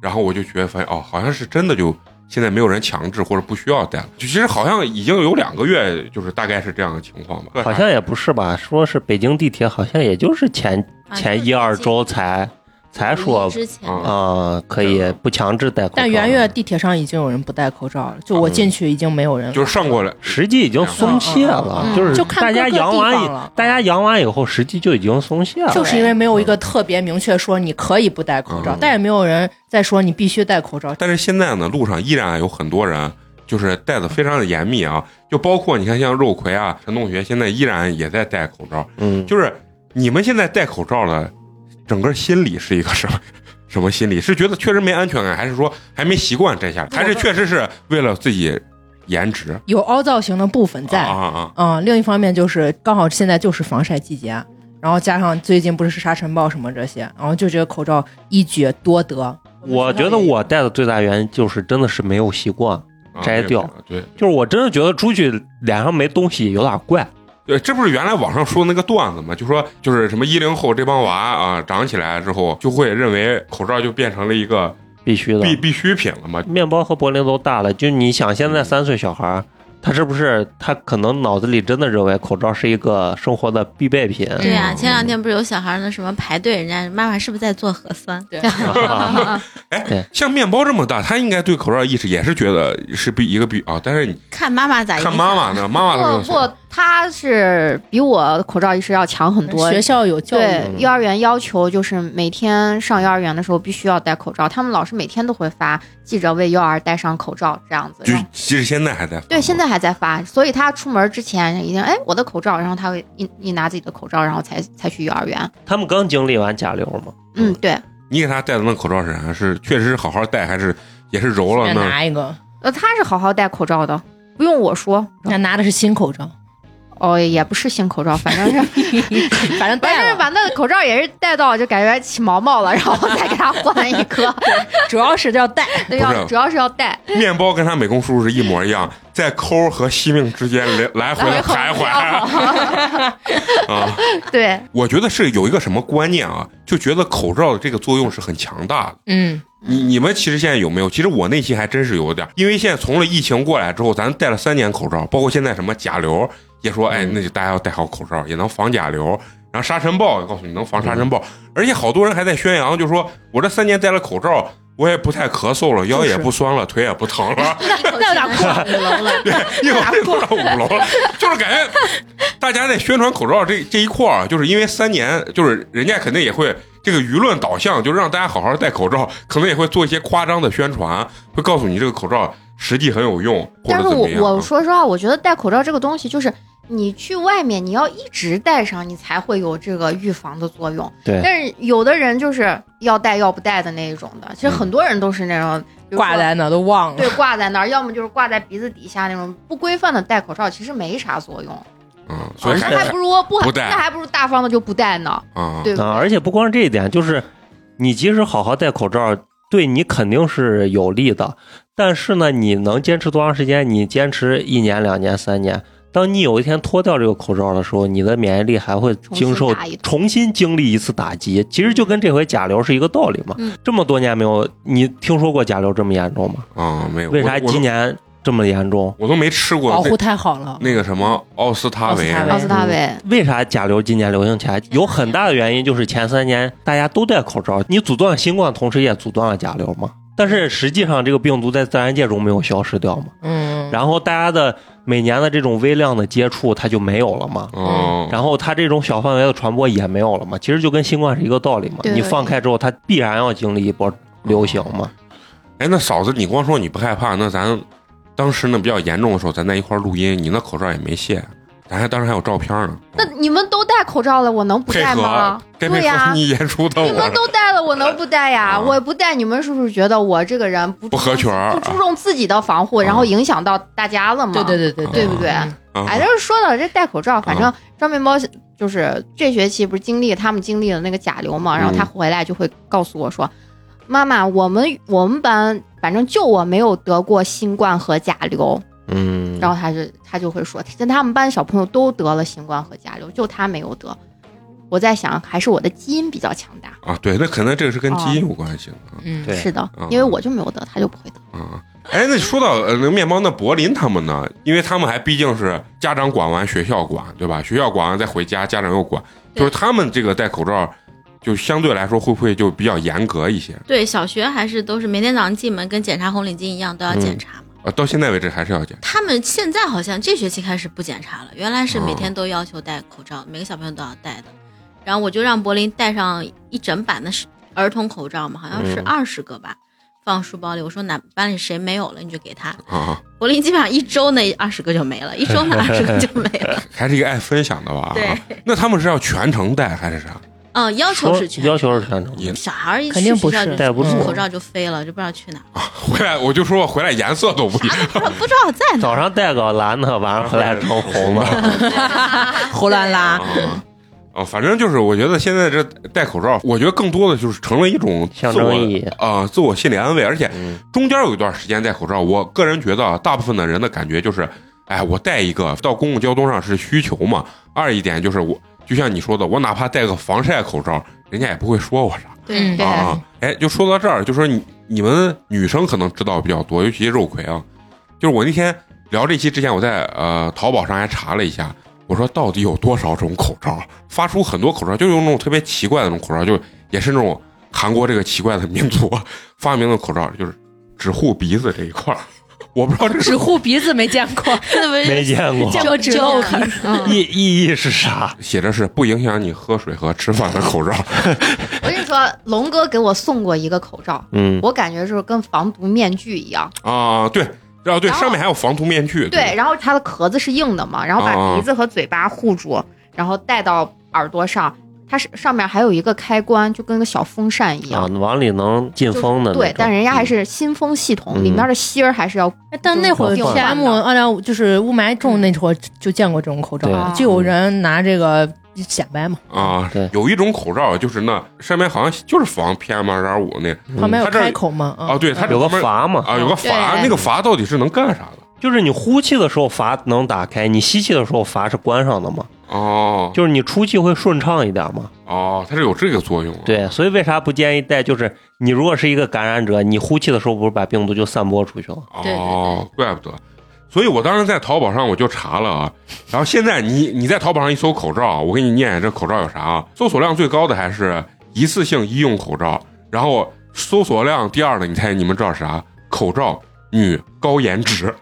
Speaker 1: 然后我就觉得发现哦，好像是真的就现在没有人强制或者不需要戴了。就其实好像已经有两个月，就是大概是这样的情况吧。
Speaker 5: 好像也不是吧？说是北京地铁，好像也就是前
Speaker 4: 啊
Speaker 5: 前一二周才才说
Speaker 4: 之前
Speaker 5: 啊、
Speaker 1: 啊
Speaker 5: 可以不强制戴口罩。
Speaker 2: 但圆月地铁上已经有人不戴口罩了，就我进去已经没有人了，
Speaker 1: 哎就是上过来，
Speaker 5: 实际已经松懈了，
Speaker 4: 嗯嗯嗯
Speaker 5: 就是
Speaker 2: 就看
Speaker 5: 大家
Speaker 2: 各个
Speaker 5: 阳完
Speaker 2: 地
Speaker 5: 以
Speaker 2: 方了，
Speaker 5: 大家阳完以后，实际就已经松懈了。
Speaker 2: 就是因为没有一个特别明确说你可以不戴口罩，
Speaker 1: 嗯
Speaker 2: 但也没有人在说你必须戴口罩。
Speaker 1: 但是现在呢，路上依然有很多人就是戴的非常的严密啊，就包括你看像肉葵啊、陈同学，现在依然也在戴口罩。
Speaker 5: 嗯，
Speaker 1: 就是你们现在戴口罩的整个心理是一个什么什么心理？是觉得确实没安全感，还是说还没习惯摘下来，还是确实是为了自己颜值？
Speaker 2: 有凹造型的部分在，
Speaker 1: 啊啊啊！
Speaker 2: 嗯，另一方面就是刚好现在就是防晒季节，然后加上最近不是沙尘暴什么这些，然后就觉得口罩一举多得。
Speaker 5: 我觉得我戴的最大原因就是真的是没有习惯，
Speaker 1: 啊
Speaker 5: 摘掉，
Speaker 1: 对对
Speaker 5: 就是我真的觉得出去脸上没东西有点怪。
Speaker 1: 对，这不是原来网上说的那个段子吗？就说就是什么一零后这帮娃啊，长起来之后就会认为口罩就变成了一个
Speaker 5: 必须的，
Speaker 1: 必必需品了嘛。
Speaker 5: 面包和柏林都大了，就你想现在三岁小孩儿，他是不是他可能脑子里真的认为口罩是一个生活的必备品？
Speaker 4: 对呀、
Speaker 1: 嗯
Speaker 4: 前两天不是有小孩儿那什么排队，人家妈妈是不是在做核酸？对，
Speaker 1: 像面包这么大，他应该对口罩的意识也是觉得是必一个必啊，但是你
Speaker 4: 看妈妈
Speaker 3: 啊
Speaker 4: 咋
Speaker 1: 看妈妈呢，妈妈
Speaker 3: 不
Speaker 1: 的
Speaker 3: 不，他是比我口罩意识要强很多。
Speaker 2: 学校有教育，
Speaker 3: 对幼儿园要求就是每天上幼儿园的时候必须要戴口罩，他们老师每天都会发记者为幼儿戴上口罩这样子。
Speaker 1: 就即使现在还在
Speaker 3: 对，现在还在发，所以他出门之前一定哎我的口罩，然后他会一一拿自己的口罩，然后才才去幼儿园。
Speaker 5: 他们刚经历完甲流嘛，
Speaker 3: 嗯，对，
Speaker 1: 你给他戴的那口罩是啥？是确实是好好戴，还是也是揉了
Speaker 2: 人家
Speaker 1: 那？
Speaker 5: 嗯
Speaker 2: 拿一个，
Speaker 3: 呃，他是好好戴口罩的，不用我说，
Speaker 2: 人家拿的是新口 罩，
Speaker 3: 哦，也不是新口罩，反正是
Speaker 2: 反正
Speaker 3: 反正
Speaker 2: 戴
Speaker 3: 是
Speaker 2: 了，
Speaker 3: 把那个口罩也是戴到就感觉起毛毛了，然后再给他换 一颗，
Speaker 2: 主要是要戴。
Speaker 3: 对，
Speaker 1: 不是
Speaker 3: 要主要是要戴，
Speaker 1: 面包跟他美工叔叔是一模一样，在抠和惜命之间来来回的徘徊啊！
Speaker 3: 对，
Speaker 1: 我觉得是有一个什么观念啊，就觉得口罩的这个作用是很强大的。
Speaker 2: 嗯，
Speaker 1: 你你们其实现在有没有？其实我内心还真是有点儿，因为现在从了疫情过来之后，咱戴了三年口罩，包括现在什么甲流，也说哎，那就大家要戴好口罩，也能防甲流。然后沙尘暴，告诉你能防沙尘暴，而且好多人还在宣扬，就说我这三年戴了口罩，我也不太咳嗽了，腰也不酸了，腿也不疼了，
Speaker 4: 那咋上五楼了？
Speaker 1: 一会儿又到五楼了，就是感觉大家在宣传口罩这这一块儿啊，就是因为三年，就是人家肯定也会这个舆论导向，就让大家好好戴口罩，可能也会做一些夸张的宣传，会告诉你这个口罩实际很有用，或
Speaker 3: 但
Speaker 1: 者
Speaker 3: 是
Speaker 1: 怎
Speaker 3: 我
Speaker 1: 么样啊。
Speaker 3: 我说实话，我觉得戴口罩这个东西，就是你去外面，你要一直戴上，你才会有这个预防的作用。
Speaker 5: 对
Speaker 3: 但是有的人就是要戴要不戴的那一种的，其实很多人都是那种、比
Speaker 2: 嗯
Speaker 3: 如说
Speaker 2: 挂在那儿都忘了
Speaker 3: 对，挂在那儿，要么就是挂在鼻子底下那种不规范的戴口罩，其实没啥作用。
Speaker 1: 嗯，所以
Speaker 3: 那还
Speaker 1: 还
Speaker 3: 不如不
Speaker 1: 不戴
Speaker 3: 那还不如大方的就不戴呢，
Speaker 1: 啊，
Speaker 3: 对不对？
Speaker 5: 啊，而且不光是这一点，就是你即使好好戴口罩，对你肯定是有利的。但是呢，你能坚持多长时间？你坚持一年、两年、三年。当你有一天脱掉这个口罩的时候，你的免疫力还会经
Speaker 3: 重
Speaker 5: 受
Speaker 3: 新打一次
Speaker 5: 重新经历一次打击。其实就跟这回甲流是一个道理嘛。
Speaker 4: 嗯
Speaker 5: 这么多年没有，你听说过甲流这么严重吗？
Speaker 1: 啊，没有。
Speaker 5: 为啥
Speaker 1: 我
Speaker 5: 今年这么严重？
Speaker 1: 我都我都没吃过
Speaker 2: 保
Speaker 1: 那
Speaker 2: 护太好了。
Speaker 1: 那个什么奥司他韦
Speaker 2: 奥司他
Speaker 3: 奥司
Speaker 5: 嗯
Speaker 3: 他韦，
Speaker 5: 为啥甲流今年流行起来？有很大的原因就是前三年大家都戴口罩，你阻断了新冠，同时也阻断了甲流嘛。但是实际上，这个病毒在自然界中没有消失掉嘛，
Speaker 2: 嗯，
Speaker 5: 然后大家的每年的这种微量的接触，它就没有了嘛。
Speaker 1: 哦，
Speaker 3: 嗯
Speaker 5: 然后它这种小范围的传播也没有了嘛，其实就跟新冠是一个道理嘛。
Speaker 3: 对
Speaker 5: 你放开之后，它必然要经历一波流行嘛。
Speaker 1: 哎，那嫂子，你光说你不害怕，那咱当时那比较严重的时候，咱在一块儿录音，你那口罩也没卸，咱还当时还有照片呢。
Speaker 3: 那你们都戴口罩了，我能不
Speaker 1: 配
Speaker 3: 戴
Speaker 1: 合
Speaker 3: 吗？
Speaker 1: 这
Speaker 3: 对
Speaker 1: 配
Speaker 3: 呀、
Speaker 1: 合你演出的
Speaker 3: 你
Speaker 1: 我
Speaker 3: 们都戴了，我能不戴呀？
Speaker 1: 啊
Speaker 3: 我不戴，你们是不是觉得我这个人不
Speaker 1: 不
Speaker 3: 注
Speaker 1: 合啊
Speaker 3: 重
Speaker 1: 群儿
Speaker 3: 不注重自己的防护，
Speaker 1: 啊
Speaker 3: 然后影响到大家了嘛？
Speaker 2: 对对对对
Speaker 3: 对不对？
Speaker 2: 嗯
Speaker 1: 啊
Speaker 3: 哎，但是说到这戴口罩，反
Speaker 1: 嗯
Speaker 3: 正张面包就是这学期不是经历他们经历了那个甲流嘛，
Speaker 1: 嗯
Speaker 3: 然后他回来就会告诉我说：“妈妈，我们我们班反正就我没有得过新冠和甲流。”
Speaker 5: 嗯，
Speaker 3: 然后他就他就会说，但他们班小朋友都得了新冠和甲流，就他没有得。我在想，还是我的基因比较强大。
Speaker 1: 啊，对，那可能这个是
Speaker 3: 哦
Speaker 1: 跟基因有关系的
Speaker 2: 嗯，
Speaker 5: 对
Speaker 3: 是的
Speaker 1: 嗯，
Speaker 3: 因为我就没有得，他就不会得。
Speaker 1: 啊啊。哎，那说到呃，那个面包，那柏林他们呢？因为他们还毕竟是家长管完，学校管，对吧？学校管完再回家，家长又管，就是他们这个戴口罩就相对来说会不会就比较严格一些？
Speaker 4: 对，小学还是都是每天早上进门跟检查红领巾一样都要检查嘛。
Speaker 5: 嗯
Speaker 1: 啊，到现在为止还是要检。
Speaker 4: 他们现在好像这学期开始不检查了，原来是每
Speaker 1: 哦
Speaker 4: 天都要求戴口罩，每个小朋友都要戴的。然后我就让柏林戴上一整版的是儿童口罩嘛，好像是
Speaker 5: 嗯
Speaker 4: 二十个吧，放书包里。我说哪班里谁没有了你就给他。
Speaker 1: 啊，
Speaker 4: 柏林基本上一周那二十个就没了，一周 那二十个就没了。
Speaker 1: 还是一个爱分享的吧？啊，
Speaker 4: 对
Speaker 1: 那他们是要全程戴还是啥？
Speaker 4: 嗯，要求是全
Speaker 5: 要求是全程
Speaker 1: 也
Speaker 4: 小孩儿一
Speaker 2: 肯定
Speaker 4: 去学
Speaker 2: 不
Speaker 4: 校
Speaker 2: 是
Speaker 4: 就
Speaker 5: 戴不住
Speaker 4: 口罩就飞了，就不知道去哪儿，
Speaker 1: 回来我就说我回来颜色都不一样，
Speaker 4: 不知道不知道在哪儿。
Speaker 5: 早上戴个蓝的，晚上回来成红的。
Speaker 2: 胡乱拉，
Speaker 5: 嗯
Speaker 1: 啊。哦，反正就是，我觉得现在这戴口罩，我觉得更多的就是成了一种
Speaker 5: 象
Speaker 1: 自我
Speaker 5: 征意义
Speaker 1: 啊、自我心理安慰。而且
Speaker 5: 嗯
Speaker 1: 中间有一段时间戴口罩，我个人觉得啊大部分的人的感觉就是，哎，我戴一个到公共交通上是需求嘛。二一点就是我，就像你说的，我哪怕戴个防晒口罩，人家也不会说我啥。
Speaker 4: 对
Speaker 3: 嗯对
Speaker 5: 哦
Speaker 1: 啊，哎，就说到这儿，就说你你们女生可能知道比较多，尤其肉葵啊。就是我那天聊这期之前，我在呃淘宝上还查了一下，我说到底有多少种口罩，发出很多口罩，就用那种特别奇怪的那种口罩，就也是那种韩国这个奇怪的民族 发明的口罩，就是只护鼻子这一块儿。我不知道这
Speaker 2: 只
Speaker 1: 是
Speaker 2: 护鼻子没见过，
Speaker 4: 那不
Speaker 5: 没
Speaker 4: 是
Speaker 5: 见过，
Speaker 2: 就只
Speaker 4: 就
Speaker 2: 露
Speaker 4: 可
Speaker 2: 鼻。
Speaker 3: 嗯，
Speaker 5: 意意义是啥？
Speaker 1: 写着是不影响你喝水和吃饭的口罩，
Speaker 3: 我跟你说，龙哥给我送过一个口罩，
Speaker 5: 嗯，
Speaker 3: 我感觉就是跟防毒面具一样。
Speaker 1: 啊，对，然后对，
Speaker 3: 然后
Speaker 1: 上面还有防毒面具，
Speaker 3: 对，然后它的壳子是硬的嘛，然后
Speaker 1: 哦
Speaker 3: 把鼻子和嘴巴护住，然后戴到耳朵上，它是上面还有一个开关，就跟个小风扇一
Speaker 5: 啊
Speaker 3: 样。，
Speaker 5: 往里能进风的那种。
Speaker 3: 对，但人家还是新风系统，
Speaker 5: 嗯
Speaker 3: 里面的芯儿还是要
Speaker 2: 哎但那会儿
Speaker 5: 就
Speaker 2: PM 二点五就是雾霾重那会儿就见过这种口罩
Speaker 3: 对，
Speaker 2: 就有人拿这个显摆嘛，
Speaker 1: 啊
Speaker 5: 对，
Speaker 1: 有一种口罩就是那上面好像就是防 PM 二点五那
Speaker 5: 嗯
Speaker 2: 旁边
Speaker 1: 它
Speaker 2: 有
Speaker 1: 这儿
Speaker 2: 开口嘛。
Speaker 1: 啊，
Speaker 2: 啊，
Speaker 1: 对，它
Speaker 5: 有个
Speaker 1: 专门
Speaker 5: 阀嘛，
Speaker 1: 啊，有个阀，
Speaker 3: 对
Speaker 1: 那个阀到底是能干啥的？
Speaker 5: 就是你呼气的时候阀能打开，你吸气的时候阀是关上的嘛，
Speaker 1: 哦
Speaker 5: 就是你出气会顺畅一点嘛。
Speaker 1: 哦，它是有这个作用啊。
Speaker 5: 对，所以为啥不建议戴？就是你如果是一个感染者，你呼气的时候不是把病毒就散播出去了？
Speaker 4: 对对
Speaker 1: 哦，怪不得。所以我当时在淘宝上我就查了啊，然后现在你你在淘宝上一搜口罩，我给你念念这口罩有啥啊？搜索量最高的还是一次性医用口罩，然后搜索量第二的，你猜你们知道啥？口罩女高颜 值，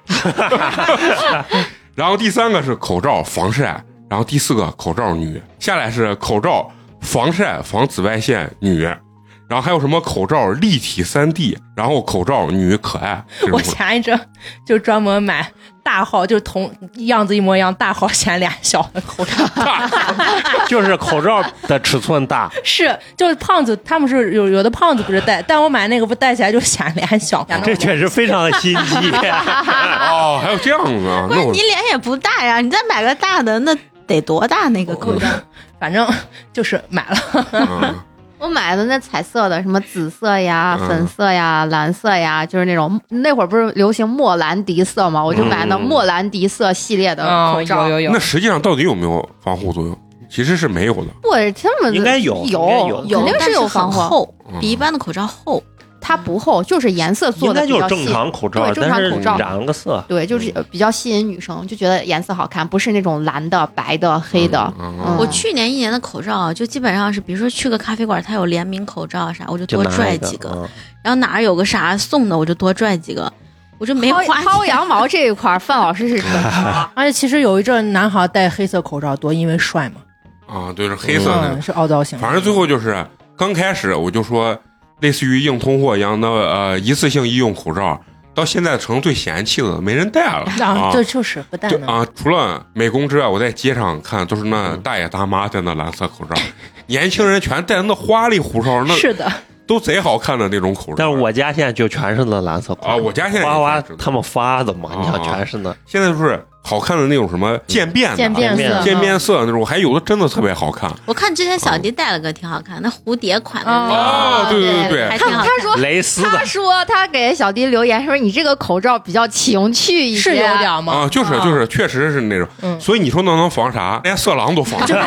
Speaker 1: 然后第三个是口罩防晒，然后第四个口罩女，下来是口罩防晒防紫外线女，然后还有什么口罩立体三 D，然后口罩女可爱，这种
Speaker 2: 我前一阵就专门买大号，就是同样子一模一样，大号显俩小的口罩。
Speaker 5: 就是口罩的尺寸 大，
Speaker 2: 是，就是胖子，他们是有有的胖子不是戴，但我买那个不戴起来就显脸小。
Speaker 5: 这确实非常的心机。
Speaker 1: 哦，还有这样子啊？
Speaker 4: 不
Speaker 1: 那
Speaker 4: 是
Speaker 1: 我
Speaker 4: 你脸也不大呀，你再买个大的，那得多大那个口 罩？
Speaker 2: 嗯反正就是买了，
Speaker 1: 嗯
Speaker 3: 我买的那彩色的，什么紫色呀、
Speaker 1: 嗯
Speaker 3: 粉色呀、蓝色呀，就是那种那会儿不是流行莫兰迪色嘛，我就买那
Speaker 5: 嗯
Speaker 3: 莫兰迪色系列的口罩。
Speaker 2: 哦有有
Speaker 1: 那
Speaker 2: 有，
Speaker 1: 实际上到底有没有防护作用？其实是没有的。
Speaker 3: 我这么
Speaker 5: 应该有
Speaker 3: 有
Speaker 5: 应该有
Speaker 3: 肯定
Speaker 4: 但
Speaker 3: 是
Speaker 4: 是
Speaker 3: 有
Speaker 4: 很
Speaker 3: 防护，
Speaker 4: 厚，
Speaker 5: 嗯
Speaker 4: 比一般的口罩厚。
Speaker 3: 它不厚，就是颜色
Speaker 5: 应
Speaker 3: 做的
Speaker 5: 该
Speaker 3: 比
Speaker 5: 就是
Speaker 3: 较
Speaker 5: 正
Speaker 3: 细。
Speaker 5: 常嗯口罩，
Speaker 3: 对正
Speaker 5: 但
Speaker 3: 常
Speaker 5: 是
Speaker 3: 口罩
Speaker 5: 染了个色。
Speaker 3: 对，就是呃比较吸引女生，就觉得颜色好看，不是那种蓝的、白的、黑的。
Speaker 1: 嗯
Speaker 4: 我去年一年的口罩啊就基本上是，比如说去个咖啡馆，它有联名口罩啊啥，我就
Speaker 5: 就
Speaker 4: 多
Speaker 5: 拿
Speaker 4: 拽
Speaker 5: 一个
Speaker 4: 几个。
Speaker 5: 嗯
Speaker 4: 然后哪儿有个啥送的，我就多拽几个，我就没
Speaker 3: 薅
Speaker 4: 花
Speaker 3: 薅
Speaker 4: 钱。
Speaker 3: 羊毛这一块儿，范老师 是真好。
Speaker 2: 而且其实有一阵男孩戴黑色口罩多，因为帅嘛，
Speaker 1: 啊，对，是黑色的
Speaker 2: 嗯，。是凹造型。
Speaker 1: 反正最后就是刚开始我就说，类似于硬通货一样的呃一次性医用口罩，到现在成最嫌弃的，没人戴了
Speaker 2: 啊，这就是不戴
Speaker 1: 就
Speaker 2: 呢。
Speaker 1: 啊，除了美工之外，我在街上看都是那大爷大妈戴那蓝色口罩， 年轻人全戴那花里胡哨，那
Speaker 2: 是的，
Speaker 1: 都贼好看的那种口罩。
Speaker 5: 但是我家现在就全是那蓝色口罩
Speaker 1: 啊，我家现在也
Speaker 5: 花花
Speaker 1: 是这种
Speaker 5: 他们发的嘛，你
Speaker 1: 啊
Speaker 5: 想全是那
Speaker 1: 现在就是好看的那种什么渐变的、啊
Speaker 2: 渐变
Speaker 3: 嗯
Speaker 2: 色，
Speaker 1: 渐
Speaker 4: 嗯
Speaker 1: 变色那种，还有的真的特别好看。
Speaker 4: 我看之前小迪戴了个挺好看，那蝴蝶款的
Speaker 2: 哦
Speaker 4: 那
Speaker 1: 哦，
Speaker 4: 个，
Speaker 1: 对
Speaker 3: 对
Speaker 1: 对对
Speaker 4: 还，
Speaker 3: 他
Speaker 4: 挺好
Speaker 3: 他
Speaker 4: 看。
Speaker 3: 说
Speaker 5: 蕾丝的
Speaker 3: 他说他给小迪留言说你这个口罩比较情趣一些，
Speaker 2: 是有点吗？
Speaker 1: 啊，就是
Speaker 3: 嗯
Speaker 1: 就是，确实是那种。
Speaker 2: 嗯
Speaker 1: 所以你说那能防啥？连色狼都防。
Speaker 2: 就是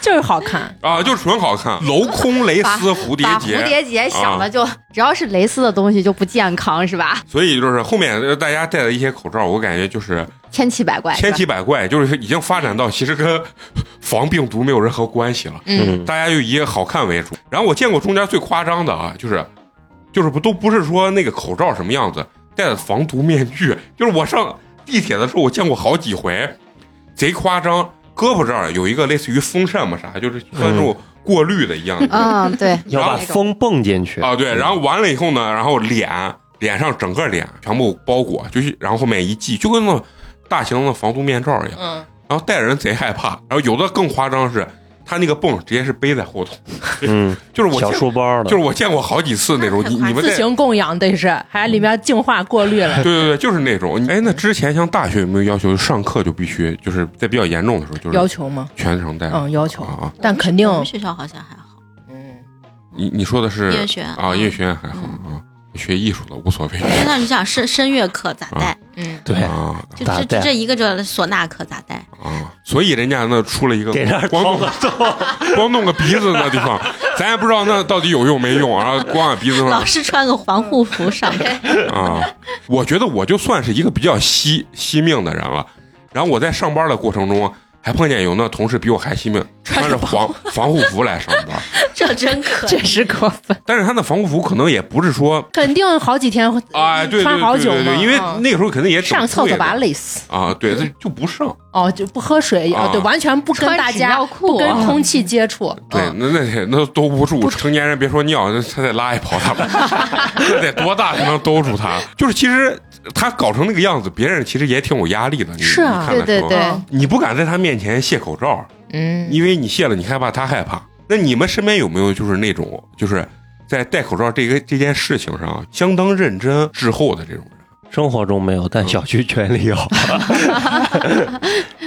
Speaker 2: 就是好看。
Speaker 1: 啊，就纯好 看，镂空蕾丝蝴蝶
Speaker 3: 把蝴
Speaker 1: 结，啊
Speaker 3: 蝶结想的就、只要是蕾丝的东西就不健康是吧？
Speaker 1: 所以就是后面呃大家戴的一些口罩，我感觉就是
Speaker 3: 千奇百怪，
Speaker 1: 千奇百怪，就是已经发展到其实跟防病毒没有任何关系了，
Speaker 3: 嗯
Speaker 1: 大家就以好看为主。然后我见过中间最夸张的啊，就是就是不都不是说那个口罩什么样子，戴的防毒面具，就是我上地铁的时候我见过好几回，贼夸张。胳膊这儿有一个类似于风扇嘛啥，就是像那种过滤的一样的，
Speaker 3: 嗯对，
Speaker 5: 要把
Speaker 3: 那种
Speaker 5: 风蹦进去
Speaker 1: 啊，对，然后完了以后呢，然后脸脸上整个脸全部包裹，就是然后后面一系，就跟那大型的防毒面罩一样，
Speaker 2: 嗯，
Speaker 1: 然后戴人贼害怕，然后有的更夸张是，他那个泵直接是背在后头，
Speaker 5: 嗯，
Speaker 1: 就是我
Speaker 5: 小
Speaker 1: 见
Speaker 5: 书包 的，
Speaker 1: 就是我见过好几次那种，你你们
Speaker 2: 自
Speaker 1: 在。
Speaker 2: 行供养得是，还里面净化过滤了
Speaker 1: 对。对对，就是那种。哎，那之前像大学有没有要求上课就必须就是在比较严重的时候就
Speaker 2: 要
Speaker 1: 是
Speaker 2: 求吗？
Speaker 1: 全程戴？
Speaker 2: 嗯，要求
Speaker 1: 嗯啊，啊！
Speaker 2: 但肯定
Speaker 4: 我们学校好像还好，
Speaker 2: 嗯，
Speaker 1: 你你说的是
Speaker 4: 音乐学院嗯
Speaker 1: 啊？音乐学院还好啊，学艺术的无所谓
Speaker 4: 院，那你想声声乐课咋带？
Speaker 5: 对，
Speaker 1: 啊
Speaker 4: 就
Speaker 5: 嗯咋
Speaker 4: 这
Speaker 5: 带
Speaker 4: 这这一个这唢呐课咋带？
Speaker 1: 啊！所以人家那出了一个
Speaker 5: 给那儿
Speaker 1: 光
Speaker 5: 掏
Speaker 1: 棍
Speaker 5: 个洞，
Speaker 1: 光弄个鼻子那地方，咱也不知道那到底有用没用啊！光往鼻
Speaker 5: 嗯
Speaker 1: 子
Speaker 4: 老
Speaker 1: 上
Speaker 4: 师穿个防护服上课，
Speaker 1: 啊，我觉得我就算是一个比较惜惜命的人了。然后我在上班的过程中，还碰见有那同事比我还惜命，穿着防 防护服来上班，
Speaker 4: 这真可
Speaker 2: 这
Speaker 4: 以。
Speaker 2: 是过分，
Speaker 1: 但是他那防护服可能也不是说，
Speaker 2: 肯定好几天
Speaker 1: 哎，对对
Speaker 2: 穿好
Speaker 1: 对
Speaker 2: 久
Speaker 1: 对
Speaker 2: 嘛
Speaker 1: 对，因为
Speaker 2: 嗯
Speaker 1: 那个时候肯定也挺
Speaker 2: 上厕
Speaker 1: 贵的
Speaker 2: 所把它勒死。
Speaker 1: 啊，对，他就不上，
Speaker 2: 哦，就不喝水，
Speaker 1: 啊
Speaker 2: 哦，对，完全不跟
Speaker 3: 穿
Speaker 2: 大
Speaker 3: 纸尿
Speaker 2: 家
Speaker 3: 裤
Speaker 2: 不跟
Speaker 3: 啊
Speaker 2: 空气接触。
Speaker 1: 对，
Speaker 2: 嗯
Speaker 1: 那那那兜不住，成年人别说尿，那他得拉一泡他，那 得多大才能兜住他？就是其实他搞成那个样子，别人其实也挺有压力的。你
Speaker 2: 是啊
Speaker 1: 你看的时候
Speaker 3: 对对
Speaker 2: 嗯
Speaker 1: 你不敢在他面前卸口罩，
Speaker 2: 嗯，
Speaker 1: 因为你卸了，你害怕他害怕。那你们身边有没有就是那种就是在戴口罩这个这件事情上啊相当认真滞后的这种
Speaker 5: 生活中没有，但小区群里有。
Speaker 1: 嗯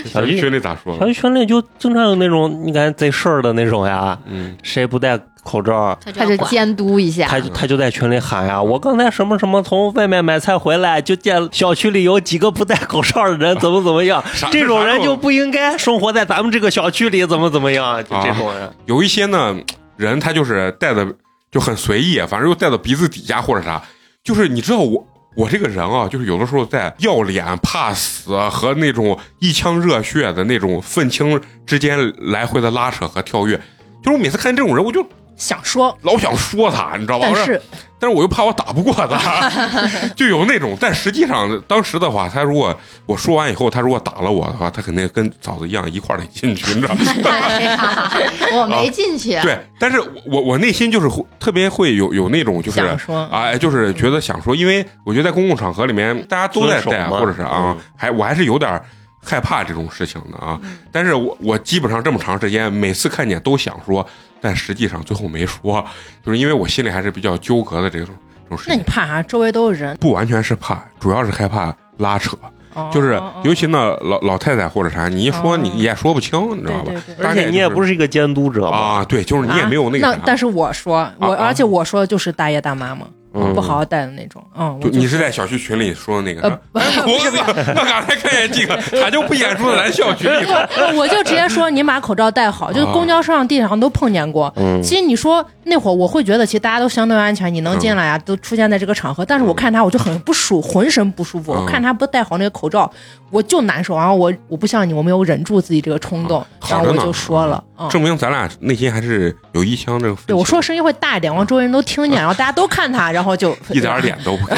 Speaker 5: 小
Speaker 1: 人？
Speaker 5: 区
Speaker 1: 群里咋说
Speaker 5: 小
Speaker 1: 的？
Speaker 5: 区群里就经常有那种你感觉贼事儿的那种呀，
Speaker 1: 嗯，
Speaker 5: 谁不戴口罩，啊
Speaker 4: 他
Speaker 3: 他
Speaker 4: 就
Speaker 3: 就
Speaker 4: 要管
Speaker 3: 监督一下
Speaker 5: 他，就他就在群里喊呀，我刚才什么什么从外面买菜回来，就见小区里有几个不戴口罩的人，怎么怎么样
Speaker 1: 啥，
Speaker 5: 这种人就不应该生活在咱们这个小区里，怎么怎么样，
Speaker 1: 啊
Speaker 5: 就这种人。
Speaker 1: 有一些呢人他就是戴的就很随意，啊反正又戴到鼻子底下或者啥，就是你知道我。我这个人啊，就是有的时候在要脸、怕死啊和那种一腔热血的那种愤青之间来回的拉扯和跳跃，就是我每次看见这种人，我就
Speaker 2: 想说，
Speaker 1: 老想说他，你知道吧？
Speaker 2: 但
Speaker 1: 我说
Speaker 2: 是
Speaker 1: 但是我又怕我打不过 他，就有那种。但实际上，当时的话，他如果我说完以后，他如果打了我的话，他肯定跟嫂子一样一块儿得进去，你知道吗？
Speaker 3: 哎呀我没进去，
Speaker 1: 对。但是我我我内心就是会特别会有有那种就是
Speaker 2: 想说
Speaker 1: 哎，就是觉得想说，因为我觉得在公共场合里面大家都在
Speaker 5: 遵
Speaker 1: 戴，
Speaker 5: 守嘛
Speaker 1: 或者是啊
Speaker 5: 嗯，
Speaker 1: 还我还是有点害怕这种事情的啊。
Speaker 2: 嗯
Speaker 1: 但是我我基本上这么长时间，每次看见都想说，但实际上最后没说，就是因为我心里还是比较纠葛的这种这种事
Speaker 2: 那
Speaker 1: 情
Speaker 2: 你。怕啥？周围都是人，
Speaker 1: 不完全是怕，主要是害怕拉扯，
Speaker 2: 哦
Speaker 1: 就是
Speaker 2: 哦哦
Speaker 1: 尤其那老老太太或者啥，你一说
Speaker 2: 哦
Speaker 1: 你也说不清，你知道吧
Speaker 2: 对对？对
Speaker 1: 大
Speaker 5: 而
Speaker 1: 概
Speaker 5: 且你也
Speaker 1: 就
Speaker 5: 不是一个监督者嘛，
Speaker 1: 啊，对，就是你也没有那个
Speaker 2: 啊
Speaker 1: 啥，
Speaker 2: 但是我说我，
Speaker 1: 啊啊
Speaker 2: 而且我说的就是大爷大妈嘛，
Speaker 5: 嗯
Speaker 2: 不好好带的那种。嗯，我
Speaker 1: 就
Speaker 2: 就
Speaker 1: 你是在小区群里说的那个
Speaker 2: 呃
Speaker 1: 啥，哎 我我我刚才看见这个，他就不演出在咱小区里头，
Speaker 2: 不 我就直接说你把口罩戴好，就是
Speaker 1: 啊
Speaker 2: 公交车上、地铁上都碰见过。
Speaker 5: 嗯
Speaker 2: 其实你说那会儿，我会觉得其实大家都相对安全，你能进来啊，
Speaker 1: 嗯
Speaker 2: 都出现在这个场合。但是我看他，我就很不舒，浑身不舒服。
Speaker 1: 嗯
Speaker 2: 我看他不戴好那个口罩，我就难受。然后我我不像你，我没有忍住自己这个冲动，
Speaker 1: 啊
Speaker 2: 然
Speaker 1: 好
Speaker 2: 后
Speaker 1: 着
Speaker 2: 我
Speaker 1: 呢
Speaker 2: 就说了，嗯，
Speaker 1: 证明咱俩内心还是有一腔这个分歧。
Speaker 2: 对我说声音会大一点，然后周围人都听见，然后大家都看他，然后就
Speaker 1: 嗯一点儿脸都 不给。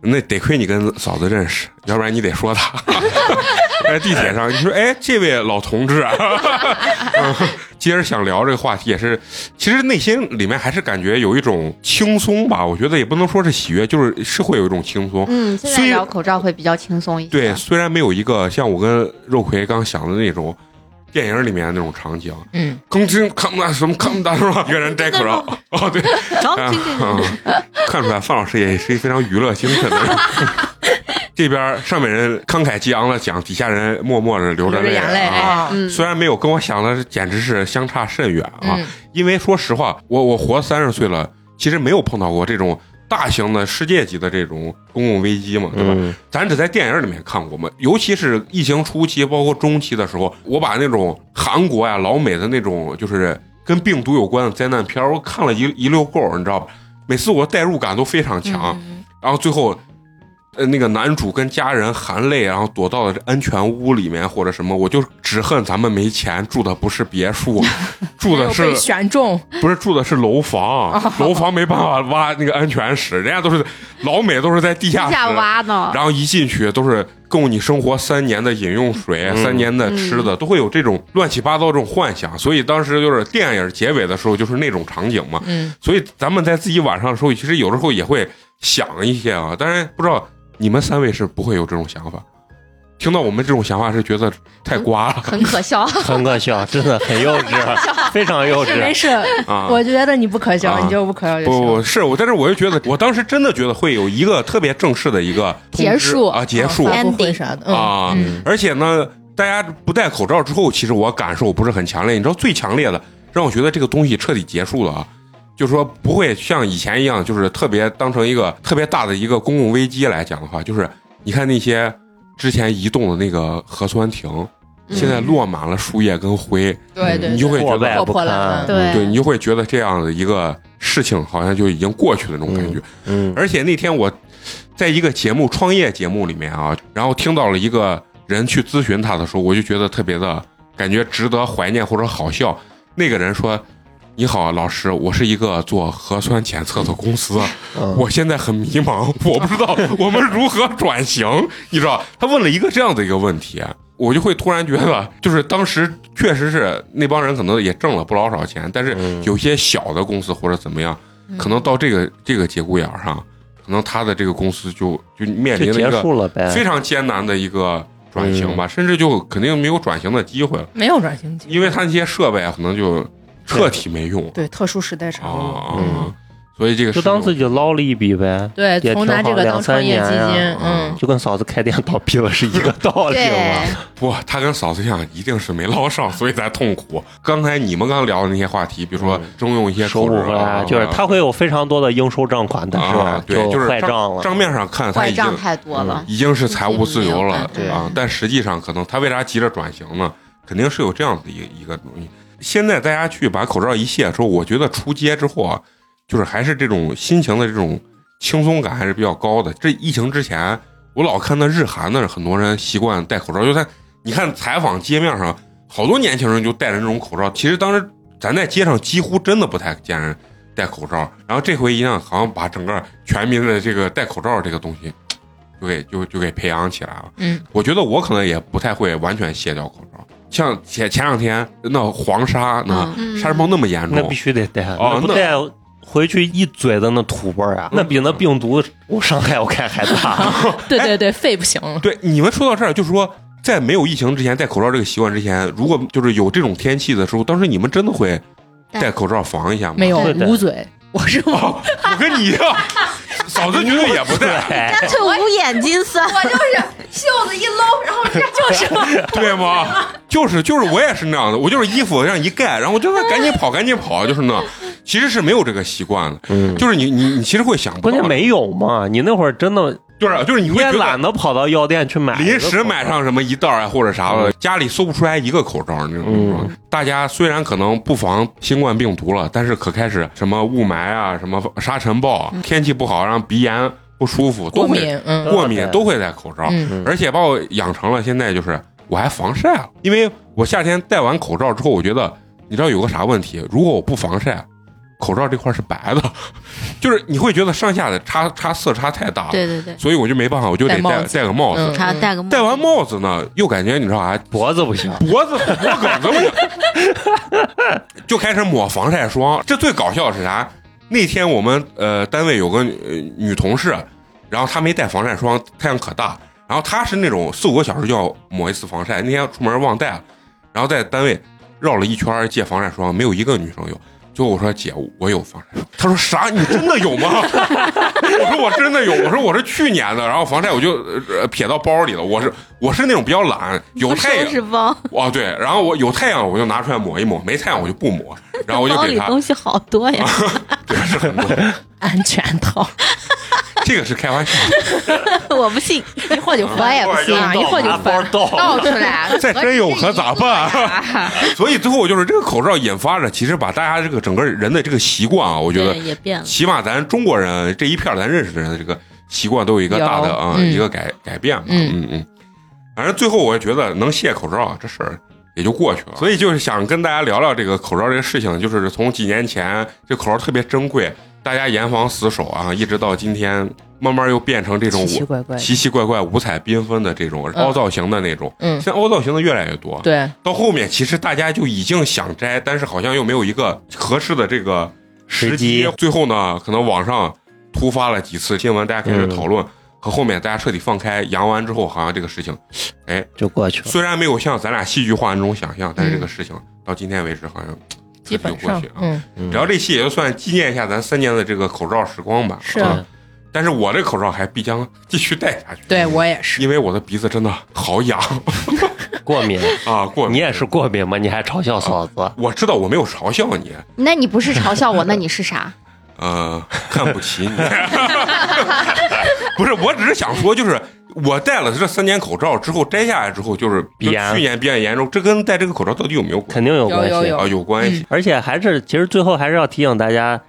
Speaker 1: 那得亏你跟嫂子认识，要不然你得说她。 在地铁上，你说，哎，这位老同志、啊， 嗯接着想聊这个话题，也是，其实内心里面还是感觉有一种轻松吧。我觉得也不能说是喜悦，就是是会有一种轻松。
Speaker 3: 嗯，现在
Speaker 1: 虽
Speaker 3: 聊口罩会比较轻松一些，
Speaker 1: 对，虽然没有一个像我跟肉葵刚想的那种电影里面那种场景，
Speaker 2: 嗯，
Speaker 1: 更新看不到什么看不到是 吧？一个人摘口罩， 哦对，
Speaker 4: 然后
Speaker 1: 啊
Speaker 4: 对对对，
Speaker 1: 嗯看出来范老师也是一非常娱乐精神的 人。这边上面人慷慨激昂的讲，底下人默默的流着
Speaker 2: 流着
Speaker 1: 泪
Speaker 2: 眼泪
Speaker 1: 啊。
Speaker 2: 啊，
Speaker 3: 嗯，
Speaker 1: 虽然没有跟我想的简直是相差甚远啊，
Speaker 2: 嗯
Speaker 1: 因为说实话，我我活三十岁了，其实没有碰到过这种大型的世界级的这种公共危机嘛，对吧？
Speaker 5: 嗯
Speaker 1: 咱只在电影里面看过嘛，尤其是疫情初期，包括中期的时候，我把那种韩国呀、老美的那种就是跟病毒有关的灾难片儿，我看了一一溜够儿，你知道吧？每次我代入感都非常强，
Speaker 4: 嗯
Speaker 1: 然后最后，呃，那个男主跟家人含泪，然后躲到了这安全屋里面或者什么，我就只恨咱们没钱，住的不是别墅，住
Speaker 2: 没
Speaker 1: 的
Speaker 2: 有
Speaker 1: 是
Speaker 2: 被选中，
Speaker 1: 不是住的是楼房，楼房没办法挖那个安全室，人家都是老美都是在地下
Speaker 3: 地
Speaker 1: 室
Speaker 3: 下挖
Speaker 2: 啊
Speaker 3: 呢，
Speaker 1: 然后一进去都是够你生活三年的饮用水、
Speaker 5: 嗯
Speaker 1: 三年的吃的，都会有这种乱七八糟这种幻想。所以当时就是电影结尾的时候，就是那种场景嘛。
Speaker 2: 嗯，
Speaker 1: 所以咱们在自己晚上的时候，其实有时候也会想一些啊。当然不知道你们三位是不会有这种想法，听到我们这种想法是觉得太瓜了、
Speaker 3: 很可笑。
Speaker 5: 很可笑，真的很幼 稚，非常幼
Speaker 2: 是没
Speaker 5: 稚。
Speaker 2: 事，
Speaker 1: 啊。
Speaker 2: 嗯我觉得你不可笑，
Speaker 1: 啊
Speaker 2: 你就不可笑就
Speaker 1: 不
Speaker 2: 行。
Speaker 1: 不是我，但是我就觉得，我当时真的觉得会有一个特别正式的一个通知
Speaker 3: 结束
Speaker 1: 啊，结束
Speaker 2: 嗯发布
Speaker 4: Ending
Speaker 2: 会啥的，嗯，
Speaker 1: 啊，
Speaker 3: 嗯
Speaker 1: 而且呢，大家不戴口罩之后，其实我感受不是很强烈。你知道最强烈的，让我觉得这个东西彻底结束了啊，就是说不会像以前一样，就是特别当成一个特别大的一个公共危机来讲的话，就是你看那些之前移动的那个核酸亭，现在落满了树叶跟灰，
Speaker 2: 嗯对
Speaker 5: 嗯
Speaker 2: 对，
Speaker 1: 你就会觉
Speaker 5: 破
Speaker 1: 得
Speaker 5: 败
Speaker 2: 破
Speaker 5: 不
Speaker 2: 破烂嗯
Speaker 5: 堪
Speaker 2: 烂。
Speaker 3: 对
Speaker 1: 对你就会觉得这样的一个事情好像就已经过去的那种感觉。
Speaker 5: 嗯，
Speaker 1: 而且那天我在一个节目创业节目里面啊，然后听到了一个人去咨询他的时候，我就觉得特别的感觉值得怀念或者好笑。那个人说：“你好，老师，我是一个做核酸检测的公司，
Speaker 5: 嗯
Speaker 1: 我现在很迷茫，我不知道我们如何转型。”你知道，他问了一个这样的一个问题。啊我就会突然觉得，就是当时确实是那帮人可能也挣了不老少钱，但是
Speaker 5: 嗯
Speaker 1: 有些小的公司或者怎么样，可能到这个这个节骨眼儿上，可能他的这个公司就就面
Speaker 5: 就
Speaker 1: 临了
Speaker 5: 结
Speaker 1: 一个
Speaker 5: 束了呗。嗯
Speaker 1: 非常艰难的一个转型吧，甚至就肯定没有转型的机会了，
Speaker 2: 没有转型期，
Speaker 1: 因为他那些设备啊可能就彻底没用
Speaker 2: 对特殊时代
Speaker 1: 啊
Speaker 2: 产物。
Speaker 1: 啊，
Speaker 5: 嗯
Speaker 1: 啊所以这个
Speaker 5: 就是
Speaker 1: 我
Speaker 5: 当自己捞了一笔呗，
Speaker 2: 对，
Speaker 5: 也
Speaker 2: 从拿
Speaker 5: 挺好
Speaker 2: 这个
Speaker 5: 两
Speaker 2: 当
Speaker 5: 三
Speaker 2: 创业
Speaker 5: 年
Speaker 2: 基
Speaker 5: 啊
Speaker 2: 金，
Speaker 1: 嗯
Speaker 2: 嗯，
Speaker 5: 就跟嫂子开店倒闭了是一个道理
Speaker 3: 对
Speaker 5: 嘛。，
Speaker 1: 不，他跟嫂子一样，一定是没捞上，所以才痛苦。刚才你们刚聊的那些话题，比如说
Speaker 5: 嗯
Speaker 1: 征用一些
Speaker 5: 收
Speaker 1: 口
Speaker 5: 不
Speaker 1: 罩
Speaker 5: 回
Speaker 1: 啊
Speaker 5: 来，就是他会有非常多的应收账款，但
Speaker 1: 啊
Speaker 5: 是，
Speaker 1: 对，就是
Speaker 5: 坏账
Speaker 1: 账
Speaker 5: 了。
Speaker 1: 账面上看他
Speaker 3: 坏
Speaker 1: 已经
Speaker 3: 账太多了。
Speaker 1: 已啊经是财务自由了
Speaker 4: 对
Speaker 1: 啊，但实际上可能他为啥急着转型呢？肯定是有这样的一个一个东西。现在大家去把口罩一卸之后，我觉得出街之后啊，就是还是这种心情的这种轻松感还是比较高的。这疫情之前，我老看那日韩的很多人习惯戴口罩，就在你看采访街面上，好多年轻人就戴着那种口罩。其实当时咱在街上几乎真的不太见人戴口罩，然后这回一样，好像把整个全民的这个戴口罩这个东西，就给就就给培养起来了。
Speaker 2: 嗯，
Speaker 1: 我觉得我可能也不太会完全卸掉口罩，像前前两天那黄沙那、
Speaker 4: 嗯，
Speaker 1: 沙尘暴那么严
Speaker 5: 那
Speaker 1: 重
Speaker 5: 必，须得带，
Speaker 1: 哦
Speaker 5: 那不
Speaker 1: 那嗯
Speaker 5: 带回去一嘴的那土味儿啊，那比那病毒我伤害我看还 大。
Speaker 2: 对对对，肺不行了，
Speaker 1: 对你们说到这儿，就是说在没有疫情之前戴口罩这个习惯之前，如果就是有这种天气的时候，当时你们真的会
Speaker 4: 戴
Speaker 1: 戴口罩防一下吗？
Speaker 2: 没有
Speaker 5: 对对
Speaker 2: 捂嘴，我是捂
Speaker 1: 哦， 我跟你一 样，嫂子绝对也不戴，
Speaker 5: 对，
Speaker 3: 干脆捂眼睛算，
Speaker 2: 袖子一搂，然后这就是，
Speaker 1: 对吗？就是就是，我也是那样的，我就是衣服让一盖，然后我就说赶紧跑，赶紧跑，就是那，其实是没有这个习惯的，
Speaker 5: 嗯，
Speaker 1: 就是你你你其实会想不
Speaker 5: 关
Speaker 1: 到
Speaker 5: 键
Speaker 1: 的，
Speaker 5: 没有嘛，你那会儿真的
Speaker 1: 就是就是你会觉
Speaker 5: 也
Speaker 1: 得
Speaker 5: 懒得跑到药店去买，
Speaker 1: 临时买。上什么一袋儿啊或者啥
Speaker 5: 嗯
Speaker 1: 的，家里搜不出来一个口罩那种情况。大家虽然可能不防新冠病毒了，但是可开始什么雾霾啊、什么沙尘暴
Speaker 5: 嗯
Speaker 1: 啊、天气不好让鼻炎不舒服，都
Speaker 2: 过
Speaker 1: 会
Speaker 2: 敏，嗯
Speaker 1: 过敏都会戴口罩，
Speaker 2: 嗯
Speaker 1: 而且把我养成了现在就是我还防晒了，因为我夏天戴完口罩之后，我觉得你知道有个啥问题，如果我不防晒，口罩这块是白的， 就是你会觉得上下的差差色差太大了，
Speaker 4: 对对对，
Speaker 1: 所以我就没办法，我就得
Speaker 2: 戴帽
Speaker 1: 戴
Speaker 2: 子
Speaker 1: 戴个帽子。
Speaker 2: 嗯
Speaker 4: 还要戴个
Speaker 1: 戴完帽子呢，又感觉你知道啊啥、
Speaker 5: 脖子不行，
Speaker 1: 脖子脖梗子不行，就开始抹防晒霜。这最搞笑的是啥？那天我们呃单位有个女、呃女同事，然后她没带防晒霜，太阳可大，然后她是那种呃四五个小时就要抹一次防晒，那天出门忘带了，然后在单位绕了一圈借防晒霜，没有一个女生有。最后我说姐，我有房贷。他说啥？你真的有吗？ 我说我真的有。我说我是去年的，然后房贷我就呃撇到包里了。我是我是那种比较懒，有太阳
Speaker 4: 收拾包，
Speaker 1: 哦对，然后我有太阳我就拿出来抹一抹，没太阳我就不抹。然后我就
Speaker 4: 包
Speaker 1: 给
Speaker 4: 里
Speaker 1: 他，
Speaker 4: 东西好多呀。
Speaker 1: 对，是很多。
Speaker 2: 安全 套，
Speaker 1: 这个是开 玩笑，
Speaker 4: 我不信，
Speaker 2: 一会儿就
Speaker 3: 我
Speaker 2: 翻，
Speaker 3: 也不信，
Speaker 2: 啊一会儿就
Speaker 5: 拿
Speaker 2: 翻哦
Speaker 5: 包倒了
Speaker 3: 倒出来，
Speaker 1: 再真有可咋办？ 所以最后我就是这个口罩引发着，其实把大家这个整个人的这个习惯啊，我觉得
Speaker 4: 对，也变了。
Speaker 1: 起码咱中国人这一片儿咱认识的人的这个习惯都有一个大的
Speaker 2: 有
Speaker 1: 啊、
Speaker 2: 嗯
Speaker 1: 一个改改变吧，
Speaker 2: 嗯
Speaker 1: 嗯嗯。反正最后我也觉得能卸口罩啊这事儿也就过去了，所以就是想跟大家聊聊这个口罩这个事情，就是从几年前这口罩特别珍贵，大家严防死守啊，一直到今天慢慢又变成这种
Speaker 2: 奇奇怪怪的。
Speaker 1: 奇奇怪怪、五彩缤纷的这种凹造型的那种。
Speaker 2: 嗯，
Speaker 1: 现在凹造型的越来越多，
Speaker 2: 对，
Speaker 1: 到后面其实大家就已经想摘，但是好像又没有一个合适的这个时
Speaker 5: 时机
Speaker 1: 机。最后呢，可能网上突发了几次新闻，大家开
Speaker 5: 嗯
Speaker 1: 始讨论，和后面大家彻底放开扬完之后，好像这个事情哎
Speaker 5: 就过去了。
Speaker 1: 虽然没有像咱俩戏剧化那种想象，但是
Speaker 5: 嗯
Speaker 1: 这个事情到今天为止好像彻底
Speaker 2: 基本
Speaker 1: 就过
Speaker 2: 上
Speaker 1: 去，啊。
Speaker 2: 嗯，
Speaker 5: 嗯
Speaker 1: 聊这期也就算纪念一下咱三年的这个口罩时光吧。
Speaker 2: 是
Speaker 1: 啊，但是我这口罩还必将继续戴下去。
Speaker 2: 对我也是，
Speaker 1: 因为我的鼻子真的好痒
Speaker 5: 过敏，
Speaker 1: 啊！过敏
Speaker 5: 你也是过敏吗？你还嘲笑嫂子？
Speaker 1: 我知道我没有嘲笑你，
Speaker 3: 那你不是嘲笑我，那你是啥？
Speaker 1: 呃， 看不起你，不是，我只是想说，就是我戴了这三年口罩之后，摘下来之后，就是就
Speaker 5: 鼻炎
Speaker 1: 去年鼻炎严重，这跟戴这个口罩到底有没有关
Speaker 5: 肯定
Speaker 2: 有
Speaker 5: 有关系。
Speaker 2: 有有
Speaker 1: 啊？有关系，
Speaker 5: 而且还是，其实最后还是要提醒大家，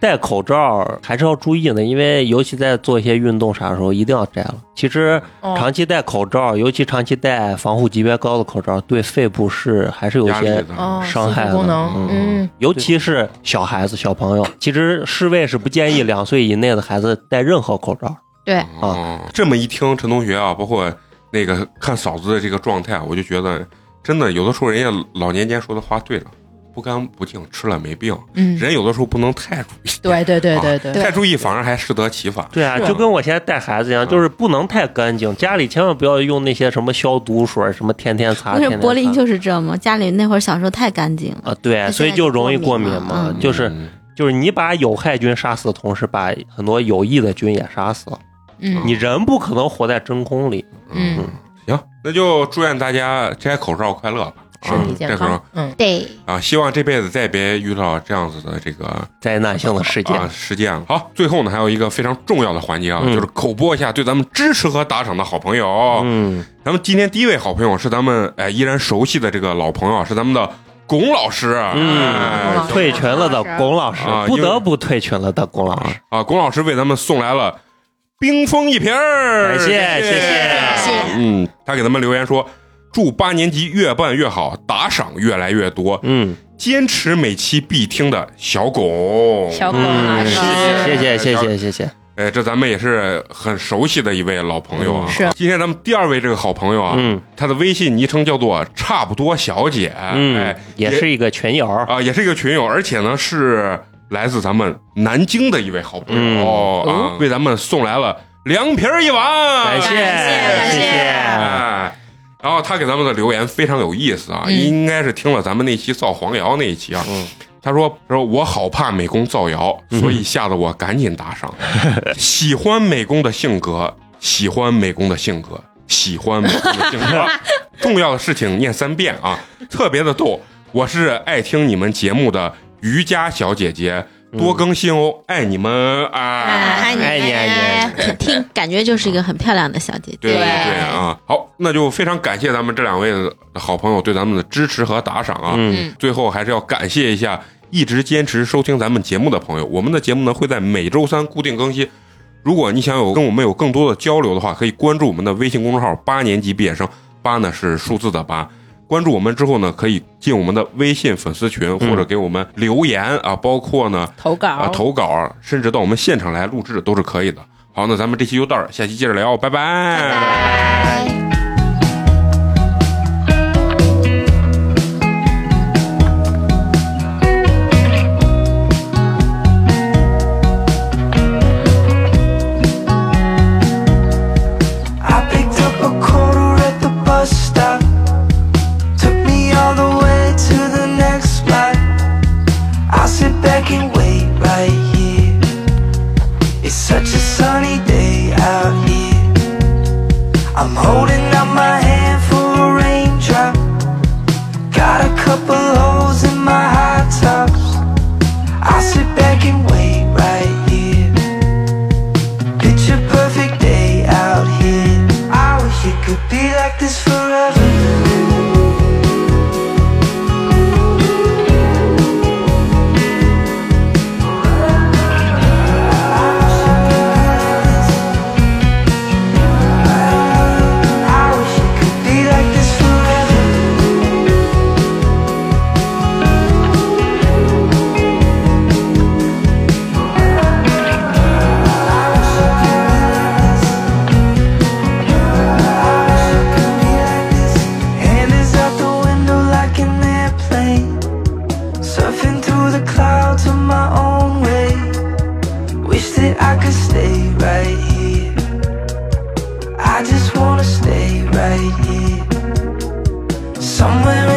Speaker 5: 戴口罩还是要注意的，因为尤其在做一些运动啥的时候，一定要摘了。其实
Speaker 2: 哦
Speaker 5: 长期戴口罩，尤其长期戴防护级别高的口罩，对肺部是还是有一
Speaker 1: 压力
Speaker 5: 些
Speaker 1: 的。
Speaker 2: 哦，
Speaker 5: 伤害
Speaker 2: 恢
Speaker 5: 的
Speaker 2: 复功能，嗯，
Speaker 5: 尤其是小孩子、小朋友。其实世卫是不建议两岁以内的孩子戴任何口罩。
Speaker 3: 对，
Speaker 2: 嗯
Speaker 1: 哦，这么一听，陈同学啊，包括那个看嫂子的这个状态，我就觉得真的有的时候人家老年间说的话对了，不干不净，吃了没病。
Speaker 2: 嗯，
Speaker 1: 人有的时候不能太注意，
Speaker 2: 对对对
Speaker 5: 哦
Speaker 2: 对对，
Speaker 1: 太注意反而还适得其反。
Speaker 5: 对啊，
Speaker 2: 是
Speaker 5: 就跟我现在带孩子一
Speaker 1: 嗯
Speaker 5: 样，就是不能太干净，家里千万不要用那些什么消毒水，什么天天擦。
Speaker 4: 不是
Speaker 5: 天天擦
Speaker 4: 柏林就是这么，家里那会儿小时候太干净了，
Speaker 5: 啊，对，所以就容易过敏嘛，
Speaker 4: 嗯
Speaker 5: 就是
Speaker 1: 嗯
Speaker 5: 就是你把有害菌杀死的同时，把很多有益的菌也杀死了。
Speaker 2: 嗯
Speaker 5: 你人不可能活在真空里，
Speaker 2: 嗯，
Speaker 1: 行，那就祝愿大家摘口罩快乐吧，啊
Speaker 2: 身体健
Speaker 1: 戴口
Speaker 2: 康
Speaker 1: 罩，
Speaker 2: 嗯，
Speaker 3: 对，
Speaker 1: 啊，希望这辈子再别遇到这样子的这个
Speaker 5: 灾难性的事件。
Speaker 1: 啊事件了。好，最后呢还有一个非常重要的环节啊，
Speaker 5: 嗯
Speaker 1: 就是口播一下对咱们支持和打赏的好朋友。
Speaker 5: 嗯，
Speaker 1: 咱们今天第一位好朋友是咱们哎依然熟悉的这个老朋友啊，是咱们的龚老师。
Speaker 5: 嗯
Speaker 1: 哎
Speaker 2: 老师
Speaker 5: 退群了的龚老师
Speaker 1: 啊，
Speaker 5: 不得不退群了的龚老师。
Speaker 1: 啊，龚老师为咱们送来了冰封一瓶儿，
Speaker 5: 感谢谢
Speaker 3: 谢
Speaker 5: 谢
Speaker 3: 谢
Speaker 1: 嗯，他给咱们留言说，祝八年级越办越好，打赏越来越多，
Speaker 5: 嗯，
Speaker 1: 坚持每期必听的小龚，
Speaker 2: 小狗啊
Speaker 5: 嗯
Speaker 2: 老师，
Speaker 5: 谢谢谢谢谢谢。
Speaker 1: 哎，这咱们也是很熟悉的一位老朋友啊。
Speaker 2: 嗯是
Speaker 1: 今天咱们第二位这个好朋友啊，
Speaker 5: 嗯
Speaker 1: 他的微信昵称叫做“差不多小姐”，
Speaker 5: 嗯
Speaker 1: 哎，，
Speaker 5: 也是一个群友。
Speaker 1: 啊、也是一个群友，而且呢是来自咱们南京的一位好朋友、
Speaker 5: 嗯
Speaker 2: 哦
Speaker 1: 啊，为咱们送来了凉皮儿一碗，
Speaker 5: 感谢
Speaker 3: 感谢
Speaker 5: 谢谢。
Speaker 1: 哎，然后他给咱们的留言非常有意思啊，
Speaker 2: 嗯
Speaker 1: 应该是听了咱们那期造黄谣那一期啊。
Speaker 5: 嗯
Speaker 1: 他说：“他说我好怕美工造谣，所以吓得我赶紧打赏。喜欢美工的性格，喜欢美工的性格，喜欢美工的性格。重要的事情念三遍啊，特别的逗。我是爱听你们节目的瑜伽小姐姐，多更新哦，爱你们
Speaker 4: 哎
Speaker 1: 啊！
Speaker 3: 爱
Speaker 5: 你爱你爱
Speaker 3: 你，
Speaker 4: 听感觉就是一个很漂亮的小姐
Speaker 1: 哎对
Speaker 4: 姐。
Speaker 1: 对
Speaker 3: 对
Speaker 1: 啊，好，那就非常感谢咱们这两位的好朋友对咱们的支持和打赏啊。
Speaker 5: 嗯，
Speaker 1: 最后还是要感谢一下一直坚持收听咱们节目的朋友，我们的节目呢会在每周三固定更新。如果你想有跟我们有更多的交流的话，可以关注我们的微信公众号“八年级毕业生”，八呢是数字的八。关注我们之后呢，可以进我们的微信粉丝群，或者给我们留言啊，包括呢
Speaker 2: 投
Speaker 1: 啊
Speaker 2: 稿，
Speaker 1: 投稿，甚至到我们现场来录制都是可以的。好，那咱们这期就到这儿，下期接着聊，拜拜
Speaker 3: 拜拜。
Speaker 6: I picked up a quarter at the bus stop. Took me all the way to the next spot. I sit Somewhere